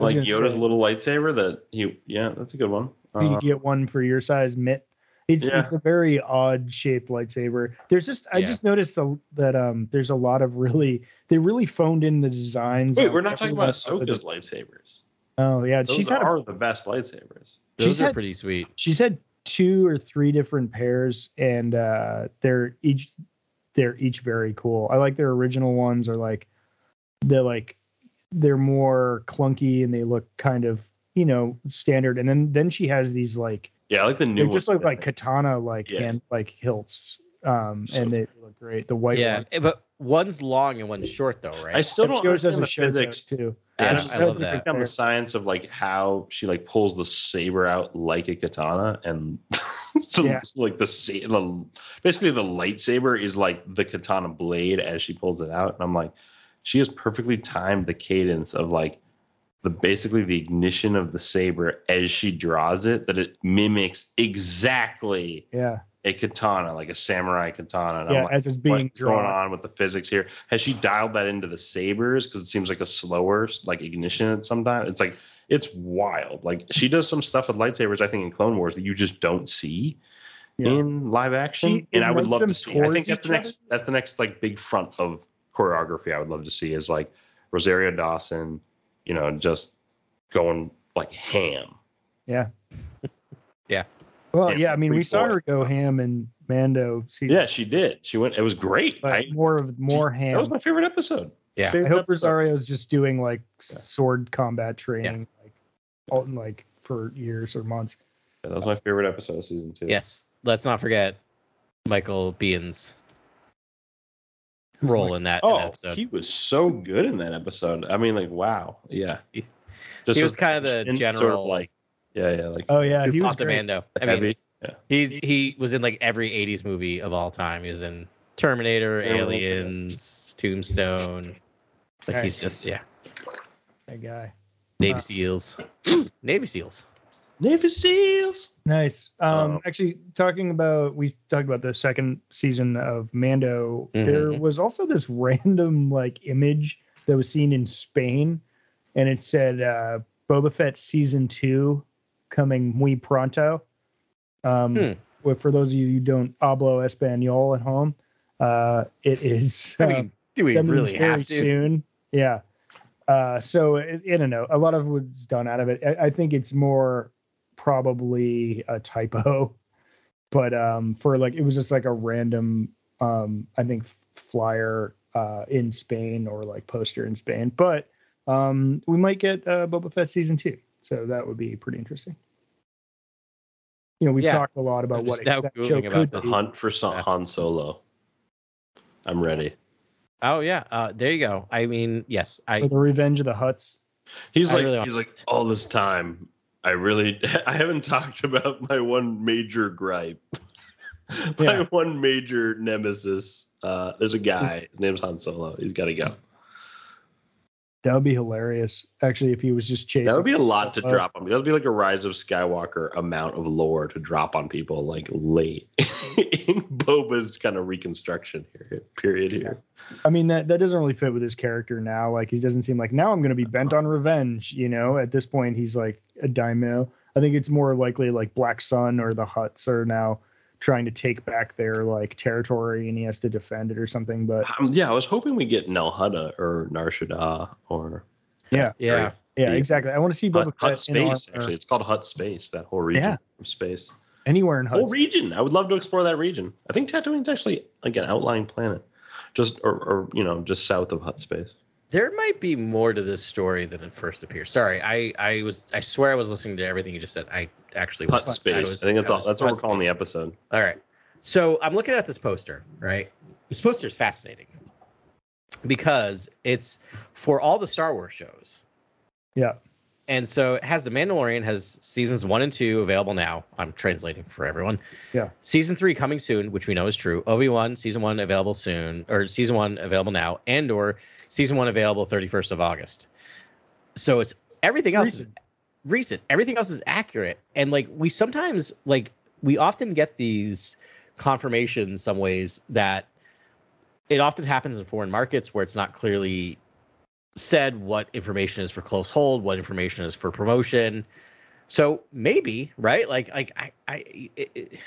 S7: like
S5: gonna
S7: Yoda's
S5: say.
S7: little lightsaber that he yeah that's a good one.
S5: you
S7: Uh,
S5: could get one for your size mitt. It's
S7: Yeah.
S5: it's a very odd shaped lightsaber. There's just I
S6: Yeah.
S5: just noticed a, that um there's a lot of really they really phoned in the designs.
S7: wait,
S5: on
S7: we're not talking about
S5: everyone.
S7: Ahsoka's lightsabers.
S5: Oh yeah,
S7: Those
S5: she's had a-
S7: are the best lightsabers.
S6: those
S5: she's
S6: are
S5: had-
S6: pretty sweet.
S5: she's had two or three different pairs, and uh they're each they're each very cool. I like their original ones are like they're like they're more clunky and they look kind of you know standard. And then then she has these like
S7: Yeah, I like the
S5: They're
S7: new.
S5: just
S7: ones,
S5: look like
S7: I think.
S5: katana like
S7: Yeah.
S5: hand like hilts um, and they look great. The white
S6: yeah, eh,
S5: one.
S6: but one's long and one's short though, right?
S7: I still
S5: And
S7: don't
S5: yours has
S7: understand
S5: a
S7: the
S5: show
S7: physics.
S5: too.
S6: Yeah,
S7: I
S5: It's
S7: just
S6: I
S5: so
S6: love that.
S5: different
S7: understand
S5: there.
S7: the science of like how she like pulls the saber out like a katana and the,
S5: Yeah.
S7: like the, sa- the basically the lightsaber is like the katana blade as she pulls it out and i'm like she has perfectly timed the cadence of like the basically the ignition of the saber as she draws it that it mimics exactly
S5: Yeah,
S7: a katana like a samurai katana and
S5: yeah,
S7: i'm like
S5: as it's being
S7: what's going
S5: drawn.
S7: on with the physics here. Has she dialed that into the sabers? Because it seems like a slower like ignition at sometimes. It's like it's wild. Like she does some stuff with lightsabers, I think, in Clone Wars that you just don't see
S5: Yeah.
S7: in live action.
S5: She
S7: and I would
S5: ignites
S7: love
S5: them
S7: to see. I
S5: towards
S7: think that's
S5: each
S7: the next that's the next like big front of choreography I would love to see is like Rosario Dawson, you know, just going like ham.
S5: Well,
S7: Yeah,
S5: yeah, I mean, we
S7: free
S5: saw
S7: for
S5: her go ham in Mando season,
S7: Yeah, she did. She went it was great.
S5: but
S7: I,
S5: more of more
S7: that
S5: ham.
S7: was my favorite episode.
S6: Yeah. I
S5: I
S7: Favorite
S5: hope
S7: episode.
S5: Rosario's just doing like s- sword combat training, like all like for years or months.
S7: Yeah, That was my favorite episode of season two.
S6: Yes. Let's not forget Michael Bean's role in that, in
S7: Oh,
S6: that episode.
S7: he was so good in that episode. I mean, like, wow, yeah.
S6: He-
S7: Just
S6: he
S7: as
S6: was kind of the
S7: action, sort of
S6: general-
S7: like, yeah, yeah, like
S5: Oh yeah,
S6: Who
S5: he was
S6: fought the
S5: great.
S6: Mando. I mean,
S7: heavy.
S6: he's he was in like every '80s movie of all time. He was in Terminator,
S7: Yeah, well, yeah.
S6: Aliens, Tombstone. Like
S5: Right.
S6: he's just yeah,
S5: That guy.
S6: Navy
S5: Wow.
S6: SEALs. Navy SEALs.
S7: Navy Seals.
S5: Nice. Um,
S7: Um,
S5: actually, talking about we talked about the second season of Mando. There
S6: Mhm.
S5: was also this random like image that was seen in Spain, and it said uh, Boba Fett season two coming muy pronto. Um,
S6: Hmm.
S5: well, for those of you who don't hablo español at home, uh, it is.
S6: I
S5: uh,
S6: mean, do we
S5: that means
S6: really
S5: very
S6: have to?
S5: soon. Yeah. Uh, so I, I don't know. A lot of what's done out of it. I, I think it's more probably a typo, but um, for like it was just like a random, um, I think flyer uh, in Spain or like poster in Spain. But um, we might get uh, Boba Fett season two, so that would be pretty interesting. You know, we've
S6: Yeah.
S5: talked a lot about
S6: I'm
S5: what
S6: just now
S5: that
S6: Googling
S5: show
S6: about
S5: could
S6: the
S7: The
S5: be.
S7: Hunt for Son- Han Solo. I'm ready.
S6: Oh yeah, uh, there you go. I mean, yes,
S5: for
S6: I
S5: the Revenge of the Huts.
S7: He's
S6: I
S7: like,
S6: really want-
S7: he's like, all this time, I really, I haven't talked about my one major gripe, my
S5: Yeah.
S7: one major nemesis. Uh, there's a guy, his name's Han Solo. He's got to go.
S5: That would be hilarious, actually, if he was just chasing.
S7: That would be a lot to
S5: Uh,
S7: drop on. That would be like a Rise of Skywalker amount of lore to drop on people like late in Boba's kind of reconstruction here period here.
S5: I mean that that doesn't really fit with his character now. Like he doesn't seem like now I'm going to be bent on revenge. You know, at this point he's like a daimyo. I think it's more likely like Black Sun or the Huts are now trying to take back their like territory and he has to defend it or something. But
S7: Um, yeah, I was hoping we get Nel Hutta or Nar Shaddaa or
S5: yeah,
S6: yeah.
S5: yeah,
S7: Yeah.
S5: exactly. I want to see Boba
S7: Hut,
S5: Fett
S7: Hut
S5: in
S7: Space.
S5: armor,
S7: Actually, it's called Hut Space. That whole region
S5: Yeah.
S7: of space.
S5: anywhere in
S7: Whole
S5: Huts.
S7: region. I would love to explore that region. I think Tatooine's actually like an outlying planet, just or, or you know just south of Hut Space.
S6: There might be more to this story than it first appears. Sorry, I I was I swear I was listening to everything you just said. I actually was.
S7: Hut Space. I,
S6: was-
S7: think that's all,
S6: was-
S7: that's what
S6: Hut
S7: we're calling
S6: Space.
S7: the episode.
S6: All right. So I'm looking at this poster, right? This poster is fascinating because it's for all the Star Wars shows.
S5: Yeah.
S6: And so it has The Mandalorian has seasons one and two available now. I'm translating for everyone.
S5: Yeah.
S6: Season three coming soon, which we know is true. Obi Wan season one available soon, or season one available now, and or season one available 31st of August. So it's everything else is
S5: Recent.
S6: recent. Everything else is accurate. And like we sometimes like we often get these confirmations some ways that it often happens in foreign markets where it's not clearly said what information is for close hold, what information is for promotion. So maybe, right? Like like I I it, it-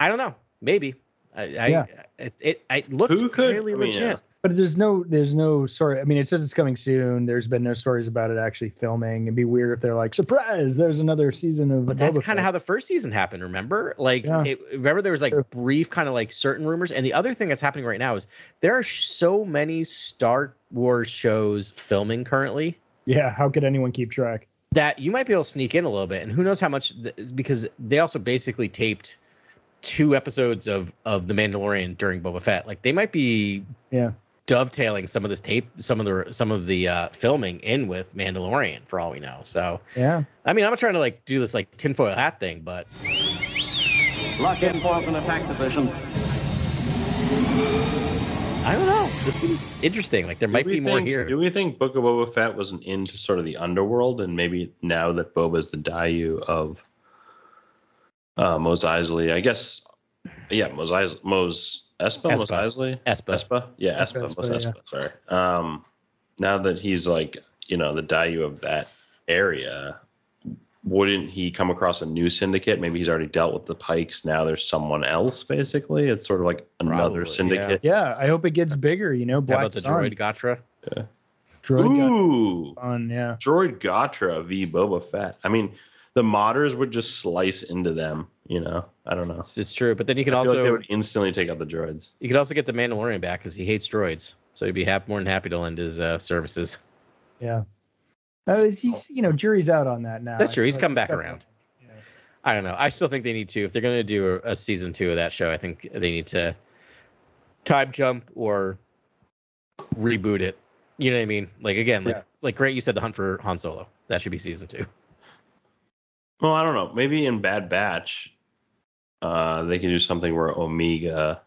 S6: I don't know. Maybe. I, I
S5: Yeah.
S6: it, it it looks
S7: Who could-
S6: fairly
S7: I mean,
S6: legit.
S7: yeah.
S5: But there's no there's no story. I mean, it says it's coming soon. There's been no stories about it actually filming. It'd be weird if they're like surprise. There's another season of.
S6: But that's
S5: Boba
S6: kind of
S5: Fett."
S6: how the first season happened. Remember, like,
S5: Yeah.
S6: it, remember there was like
S5: True.
S6: brief kind of like certain rumors. And the other thing that's happening right now is there are sh- so many Star Wars shows filming currently
S5: Yeah, how could anyone keep track?
S6: that you might be able to sneak in a little bit. And who knows how much th- because they also basically taped two episodes of of the Mandalorian during Boba Fett. Like they might be
S5: Yeah.
S6: dovetailing some of this tape, some of the some of the uh, filming in with Mandalorian for all we know. So
S5: Yeah.
S6: I mean, I'm not trying to like do this like tinfoil hat thing, but
S3: Lock in force and attack position.
S6: I don't know. This seems interesting. Like there might
S7: Do we
S6: be more
S7: think-
S6: here.
S7: Do we think Book of Boba Fett was an end to sort of the underworld, and maybe now that Boba's the Dayu of uh, Mos Eisley, I guess, yeah, Mos Eisley, Mos Espa, Mos
S6: Espa.
S7: Eisley,
S6: Espa.
S7: Espa, yeah, Espa,
S5: Espa,
S7: Mos
S5: Espa,
S7: Espa. Sorry. Um, now that he's like you know the Dayu of that area, wouldn't he come across a new syndicate? Maybe he's already dealt with the Pikes. Now there's someone else. Basically, it's sort of like
S6: Probably, yeah.
S7: another syndicate.
S5: Yeah. I hope it gets bigger, you know.
S6: How
S5: Black
S6: about the
S5: Sun.
S6: droid Gatra?
S5: Droid got
S7: Ooh.
S5: on, yeah.
S7: Droid Gatra v Boba Fett. I mean, the modders would just slice into them. You know, I don't know.
S6: It's true, but then you
S7: I
S6: can
S7: feel like
S6: also
S7: they would instantly take out the droids.
S6: you could also get the Mandalorian back because he hates droids, so he'd be hap- more than happy to lend his uh, services.
S5: Yeah. Uh, he's- he's, you know, jury's out on that now.
S6: That's
S5: I
S6: true. He's
S5: feel
S6: come
S5: like-
S6: back around. I don't know. I still think they need to. If they're going to do a, a season two of that show, I think they need to time jump or reboot it. You know what I mean? Like again, like
S5: Yeah.
S6: like great. You said the hunt for Han Solo. That should be season two.
S7: Well, I don't know. Maybe in Bad Batch, uh, they can do something where Omega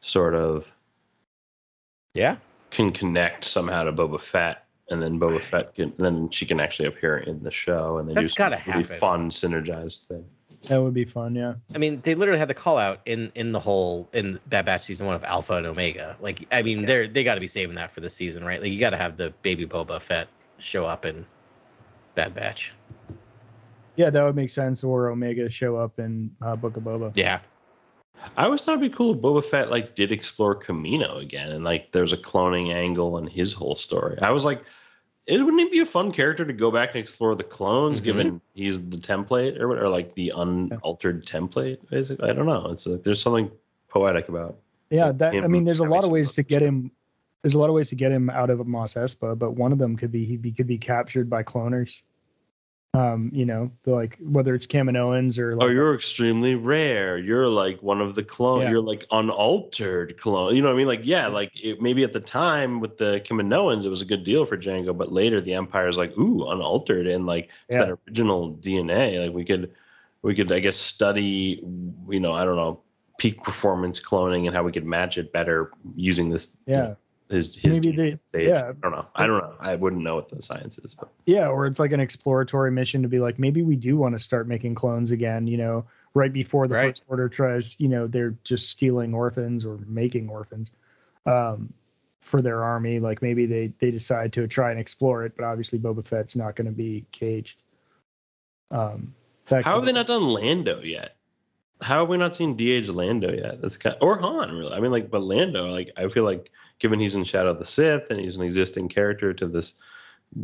S7: sort of
S6: Yeah.
S7: can connect somehow to Boba Fett, and then Boba Fett can then she can actually appear in the show, and they
S6: That's
S7: do
S6: gotta
S7: some really
S6: happen.
S7: fun synergized thing.
S5: That would be fun, yeah.
S6: I mean, they literally had the call out in in the whole in Bad Batch season one of Alpha and Omega. Like, I mean, they're they got to be saving that for this season, right? Like, you got to have the baby Boba Fett show up in Bad Batch.
S5: Yeah, that would make sense. Or Omega show up in uh, Book of Boba.
S6: Yeah.
S7: I always thought it'd be cool if Boba Fett like did explore Camino again, and like there's a cloning angle in his whole story. I was like, it wouldn't it be a fun character to go back and explore the clones,
S6: Mhm.
S7: given he's the template or what, or like the unaltered template, basically. I don't know. It's like there's something poetic about.
S5: Yeah, that I
S7: Him
S5: mean, there's a
S7: having
S5: lot of
S7: some
S5: ways to
S7: purpose.
S5: get him. There's a lot of ways to get him out of Mos Espa, but one of them could be he be, could be captured by cloners. Um, you know, the, like whether it's Kaminoans or
S7: Oh,
S5: like
S7: you're extremely rare. You're like one of the clone.
S5: Yeah.
S7: You're like unaltered clone. You know what I mean? Like yeah, like it, maybe at the time with the Kaminoans, it was a good deal for Django, but later the Empire's like ooh unaltered and like it's
S5: Yeah.
S7: that original DNA. Like we could, we could I guess study. You know I don't know peak performance cloning and how we could match it better using this.
S5: yeah,
S7: His his.
S5: maybe they
S7: age.
S5: yeah.
S7: I don't know. I don't know. I wouldn't know what the science is. But.
S5: yeah, or it's like an exploratory mission to be like maybe we do want to start making clones again. You know, right before the
S6: Right.
S5: First Order tries. You know, they're just stealing orphans or making orphans. Um, for their army, like maybe they they decide to try and explore it, but obviously Boba Fett's not going to be caged. Um, that
S7: How
S5: could
S7: have they not done Lando yet? How have we not seen DH Lando yet? That's kind or Han really. I mean, like, but Lando, like, I feel like given he's in Shadow of the Sith and he's an existing character to this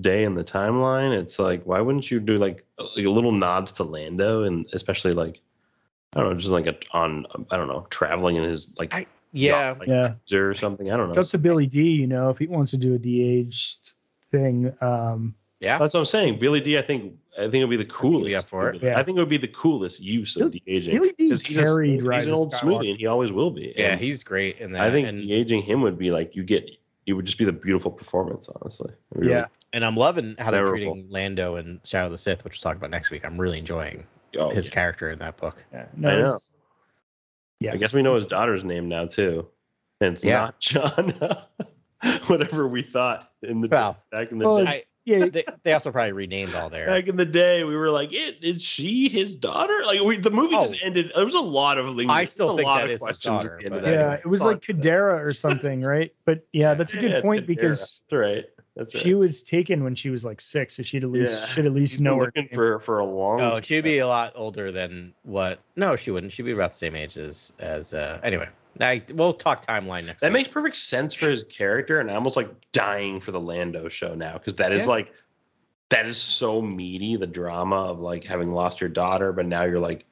S7: day in the timeline, it's like, why wouldn't you do like, like little nods to Lando and especially like, I don't know, just like a on I don't know, traveling in his like
S6: I- Yeah.
S7: yacht, like,
S5: Yeah.
S7: cruiser or something. I don't know.
S5: It's up
S7: That's,
S5: to Billy D, you know, if he wants to do a de-aged thing. Um,
S6: Yeah.
S7: what I'm saying. Billy D, I think I think it would be the coolest.
S6: be up for it.
S5: Yeah.
S7: I think it would be the coolest use of de aging.
S5: Billy D
S7: Because a-
S5: carried
S7: he's
S5: Rise
S7: an
S5: of
S7: old
S5: Skywalker.
S7: smoothie, and he always will be.
S6: Yeah.
S7: And
S6: He's great in that.
S7: I think
S6: and,
S7: de aging him would be like you get. It would just be the beautiful performance, honestly. It would be
S5: Yeah.
S6: and I'm loving how they're
S7: Terrible.
S6: treating Lando and Shadow of the Sith, which we'll talk about next week. I'm really enjoying
S7: really- oh,
S6: his
S7: yeah.
S6: character in that book.
S5: yeah,
S7: I know.
S5: no, it's-
S7: I guess we know his daughter's name now too, and it's
S6: Yeah.
S7: not John. Whatever we thought in the
S6: Well,
S7: back in the
S5: well,
S7: day.
S6: I,
S5: yeah,
S6: they, they also probably renamed all their.
S7: Back in the day, we were like, "It is she his daughter?" Like we, the movie
S6: Oh.
S7: just ended. There was a lot of lingering.
S6: I still
S7: a
S6: think
S7: lot
S6: that
S7: of
S6: is his
S7: questions at
S6: daughter,
S7: the end of
S6: but-
S7: that
S5: yeah,
S7: movie.
S5: it was like Kadera or something, right? But yeah, that's a
S7: Yeah,
S5: good
S7: it's
S5: point
S7: Kadera.
S5: because
S7: that's right. That's right.
S5: she was taken when she was like six, so she'd at least
S7: Yeah.
S5: should at least
S7: been
S5: know her.
S7: looking
S5: name.
S7: for for a long.
S6: Oh,
S7: time.
S6: she'd be a lot older than what? No, she wouldn't. She'd be about the same age as as. Uh, anyway, I, we'll talk timeline next.
S7: That
S6: week.
S7: makes perfect sense for his character, and I'm almost like dying for the Lando show now because that is
S6: Yeah.
S7: like that is so meaty. The drama of like having lost your daughter, but now you're like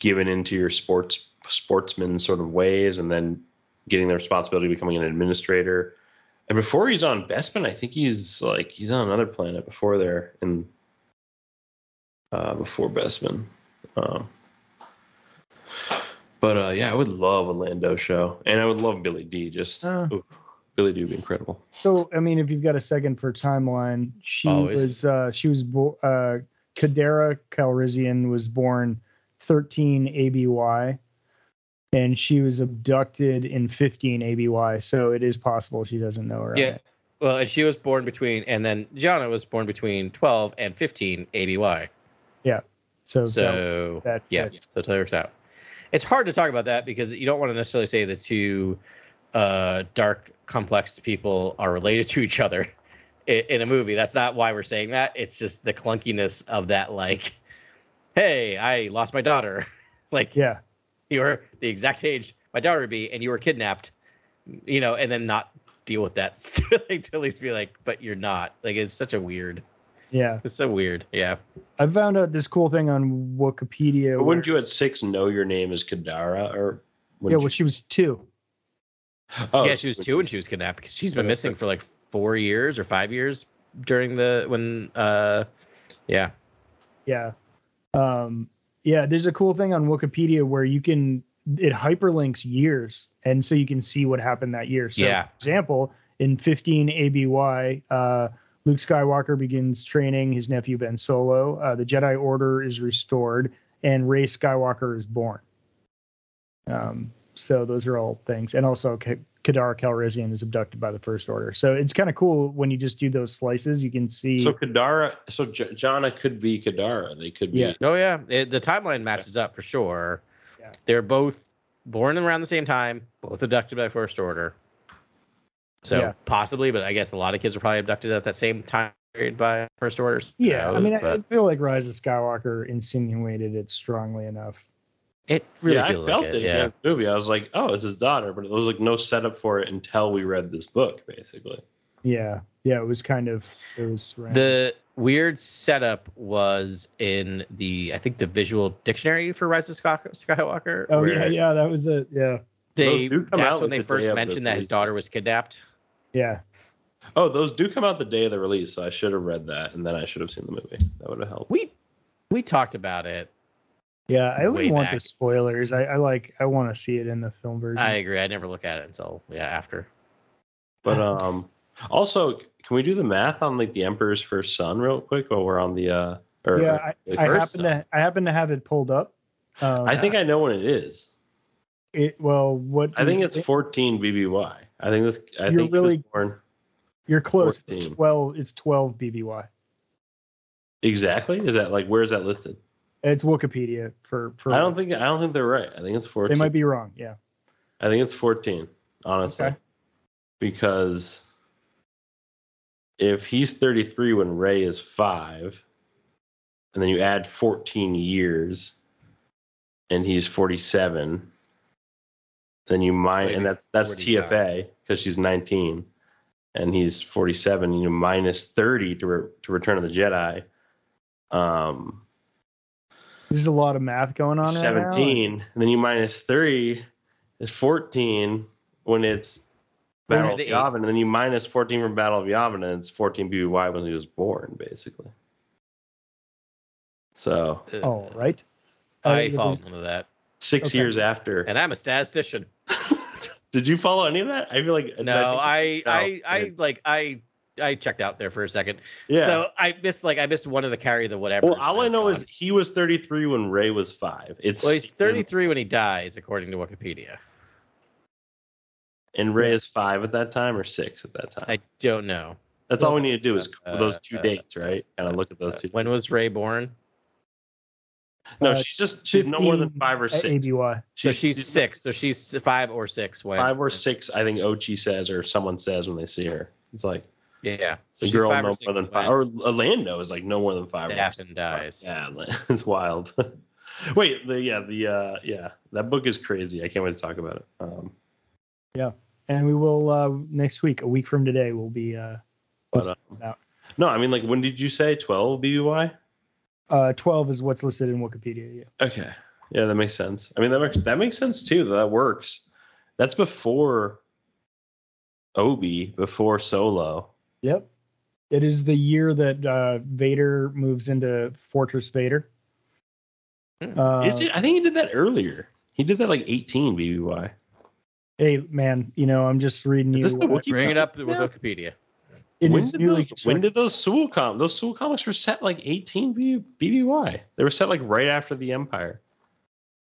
S7: given into your sports sportsman sort of ways, and then getting the responsibility of becoming an administrator. And before he's on Bespin, I think he's like he's on another planet before there, and uh, before Bespin. Um, But uh, yeah, I would love a Lando show, and I would love Billy D. Just
S6: Ah.
S5: Uh.
S7: ooh, Billy D. would be incredible.
S5: So, I mean, if you've got a second for timeline, she
S7: Always.
S5: was uh, she was bo- uh, Kadera Calrissian was born 13 ABY, and she was abducted in 15 ABY. So it is possible she doesn't know her.
S6: Yeah. Well, and she was born between, and then Gianna was born between 12 and 15 ABY.
S5: So, that,
S6: So,
S5: that
S6: yeah,
S5: fits.
S6: so it works out. It's hard to talk about that because you don't want to necessarily say the two uh, dark, complex people are related to each other in, in a movie. That's not why we're saying that. It's just the clunkiness of that, like, hey, I lost my daughter. like,
S5: yeah.
S6: you were the exact age my daughter would be, and you were kidnapped, you know, and then not deal with that. like, to at least be like, but you're not. Like, it's such a weird.
S5: Yeah.
S6: It's so weird. Yeah.
S5: I found out this cool thing on Wikipedia.
S7: But wouldn't you at six know your name is Kadara or?
S5: yeah,
S7: wouldn't
S5: well, she was two.
S7: you- oh,
S6: yeah, she was two when she was kidnapped because she's been missing for like four years or five years during the when. uh Yeah.
S5: Yeah. Um, yeah, there's a cool thing on Wikipedia where you can it hyperlinks years and so you can see what happened that year. So
S6: Yeah.
S5: for example, in 15 ABY, uh Luke Skywalker begins training his nephew Ben Solo. Uh, the Jedi Order is restored, and Ray Skywalker is born. Um, so those are all things, and also K- Kadar Calrissian is abducted by the First Order. So it's kind of cool when you just do those slices. You can see
S7: So Kadara, so J- Jana could be Kadara. They could be.
S5: Yeah.
S6: Oh yeah. It, the timeline matches up for sure.
S5: Yeah.
S6: They're both born around the same time. Both abducted by First Order. So
S5: Yeah.
S6: possibly, but I guess a lot of kids were probably abducted at that same time period by First Orders.
S5: Yeah, I mean, I, I
S6: it,
S5: feel like Rise of Skywalker insinuated it strongly enough.
S6: it really
S7: yeah, I
S6: feels
S7: felt
S6: like
S7: it
S6: it.
S7: in
S6: Yeah.
S7: that movie. I was like, "Oh, it's his daughter," but there was like no setup for it until we read this book, basically.
S5: Yeah, yeah, it was kind of it was random.
S6: The weird setup was in the I think the visual dictionary for Rise of Sky- Skywalker.
S5: oh yeah,
S6: where
S5: yeah, that was it. Yeah,
S6: They
S7: Those do come
S6: that's
S7: out with
S6: when they
S7: the
S6: first
S7: day of the
S6: mentioned that his
S7: release.
S6: daughter was kidnapped.
S5: yeah,
S7: Oh, those do come out the day of the release, so I should have read that, and then I should have seen the movie. That would have helped.
S6: We we talked about it.
S5: yeah. I
S6: Way
S5: wouldn't want
S6: back.
S5: the spoilers. I, I like I want to see it in the film version.
S6: I agree. I never look at it until yeah after.
S7: But um, also, can we do the math on like the Emperor's First Son real quick while we're on the uh? Or,
S5: yeah, I,
S7: the
S5: I
S7: first
S5: happen to I happen to have it pulled up. Um,
S7: Son? I think I know what it is.
S5: it, well, what
S7: I
S5: do
S7: think
S5: you
S7: it's 14 BBY. I think this. I
S5: You're
S7: think he was
S5: really-
S7: born-
S5: You're close. It's
S7: 14.
S5: twelve. It's twelve BBY.
S7: exactly. Is that like where is that listed?
S5: It's Wikipedia for for.
S7: I don't think. I don't think they're right. I think it's 14.
S5: they might be wrong. Yeah,
S7: I think it's 14, honestly.
S5: Okay.
S7: Because if he's 33 when Ray is 5, and then you add 14 years and he's 47, then you might
S6: Maybe
S7: and that's that's
S6: 45.
S7: TFA because she's 19 and he's 47, you know, minus 30 to re- to Return of the Jedi. Um
S5: there's a lot of math going on. right now.
S7: 17 and then you minus 3 is 14 when it's
S6: When
S7: battle
S6: are
S7: of
S6: the eight?
S7: yavin and then you minus 14 from battle of yavin and it's 14 bby when he was born basically so
S5: All Oh, right.
S6: I
S5: Uh,
S6: fall into that,
S7: six
S5: Okay.
S7: years after
S6: and I'm a statistician.
S7: did you follow any of that i feel like did
S6: No,
S7: take-
S6: I,
S7: No,
S6: I, I,
S7: good.
S6: like, I, I checked out there for a second.
S7: yeah
S6: So I missed, like, I missed one of the carry the whatever.
S7: well all i know is he was 33 when ray was five it's
S6: well, he's 33 when he dies, according to Wikipedia.
S7: and ray is five at that time or six at that time
S6: I don't know.
S7: that's all we need to do is
S6: Uh,
S7: those two
S6: uh,
S7: dates right kind of look at those two
S6: When was Ray born?
S7: No,
S5: Uh,
S7: she's just she's no more than
S5: 15
S7: five or
S5: at
S7: six.
S5: ABY.
S6: so she's six. So she's five or six when
S7: Five or six, I think Ochi says or someone says when they see her. It's like
S6: Yeah.
S7: the
S6: she's
S7: girl
S6: five or
S7: no
S6: six
S7: more than
S6: when
S7: five, or Orlando is like no more than five. or
S6: Daphne
S7: six.
S6: dies.
S7: Yeah, Lan- it's wild. Wait, the yeah the uh yeah that book is crazy. I can't wait to talk about it. Um,
S5: and we will uh next week a week from today we'll be uh
S7: but um,
S5: Out.
S7: no, I mean like when did you say twelve BBY?
S5: uh 12 is what's listed in wikipedia yeah
S7: Okay, yeah, that makes sense. I mean that makes that makes sense too. That works. That's before Obi, before Solo.
S5: yep it is the year that uh vader moves into fortress vader
S6: Hmm.
S5: uh,
S7: Is it? I think he did that earlier. He did that like 18 BBY.
S5: Hey, man, you know, I'm just reading
S7: Is
S5: you.
S7: this the
S5: uh,
S7: Wiki
S6: Bring it
S7: comic
S6: up with
S7: now?
S6: Wikipedia.
S5: in
S7: when
S5: his
S7: did,
S5: newly
S7: those, when did those Sewell com those Sewell comics were set like 18 B- BBY? They were set like right after the Empire,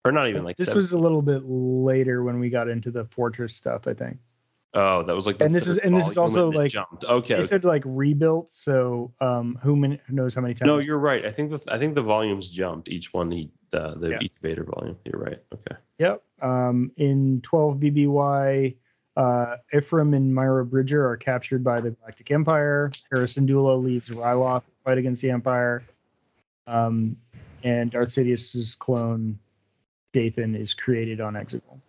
S7: or not even like
S5: this
S7: seven-
S5: was a little bit later when we got into the fortress stuff, I think.
S7: oh that was like the
S5: and this is-
S7: third
S5: and this is
S7: volume
S5: also,
S7: and it
S5: like-
S7: jumped okay.
S5: They said like rebuilt, so um, who min- who knows how many times?
S7: no, you're right. I think the I think the volumes jumped each one. He the the
S5: Yeah.
S7: each Vader volume. You're right. Okay.
S5: Yep. Um, in 12 BBY, uh, Ephraim and Myra Bridger are captured by the Galactic Empire. Harrison Dula leaves Ryloth to fight against the Empire. Um, and Darth Sidious's clone, Dathan, is created on Exegol.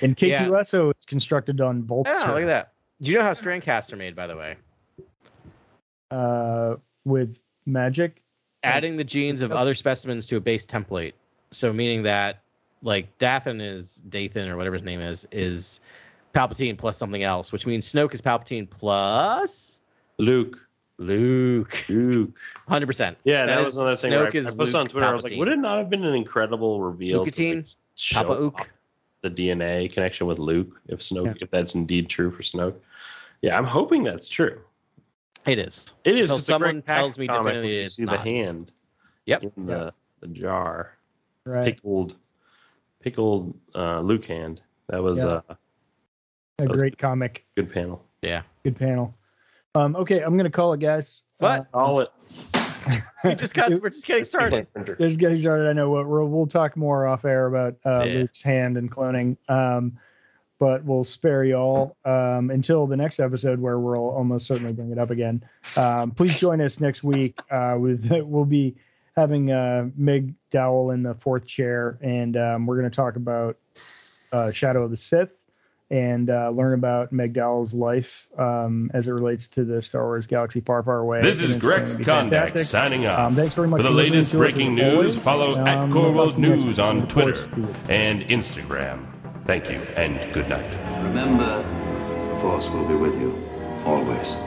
S5: And
S6: Yeah.
S5: K2SO is constructed on Volta,
S6: Oh, look at that. Do you know how Strandcaster made, by the way?
S5: uh, with magic.
S6: Adding the genes of other specimens to a base template. So meaning that like Dathan is Dathan or whatever his name is, is Palpatine plus something else, which means Snoke is Palpatine plus
S7: Luke.
S6: Luke.
S7: Luke.
S6: Hundred percent.
S7: Yeah,
S6: That
S7: that,
S6: is-
S7: was another thing.
S6: Snoke
S7: Where I, I
S6: is
S7: posted on
S6: Luke
S7: Twitter. I was like,
S6: Palpatine.
S7: would it not have been an incredible reveal? to, like,
S6: Palpatine?
S7: show
S6: Papa
S7: off
S6: Ook.
S7: the DNA connection with Luke, if Snoke,
S5: Yeah.
S7: if that's indeed true for Snoke. Yeah, I'm hoping that's true.
S6: It is.
S7: It is.
S6: Until
S7: 'cause the Greg
S6: someone tells
S7: Pak
S6: me
S7: comic,
S6: definitively
S7: when you
S6: it's
S7: see the
S6: not.
S7: hand.
S6: Yep.
S7: In the, the jar,
S5: Right.
S7: pickled, pickled uh, Luke hand. That was
S5: Yeah.
S7: uh,
S5: A great comic.
S7: good panel.
S5: Good panel. Um, okay, I'm going to call it, guys. Uh,
S6: What?
S7: All it.
S6: We just got we're just getting started.
S5: There's getting started. I know what we'll, we'll talk more off air about uh,
S6: Yeah.
S5: Luke's hand and cloning, um, but we'll spare y'all um, until the next episode where we'll almost certainly bring it up again. Um, please join us next week. Uh, with we'll be having uh, Meg Dowell in the fourth chair, and um, we're going to talk about uh, Shadow of the Sith and uh, learn about Meg Dowell's life um, as it relates to the Star Wars Galaxy Far, Far Away.
S8: This
S5: And
S8: is
S5: it's going
S8: Grex
S5: to be
S8: Kondak
S5: fantastic.
S8: signing off.
S5: Um, thanks very much
S8: For the
S5: for listening
S8: latest
S5: to us, as
S8: breaking news,
S5: always.
S8: follow
S5: Um,
S8: at
S5: we'll
S8: Corworld
S5: talk next
S8: News
S5: time.
S8: on
S5: Of course,
S8: Twitter
S5: we will.
S8: and Instagram. Thank you and good night.
S9: Remember, the Force will be with you always.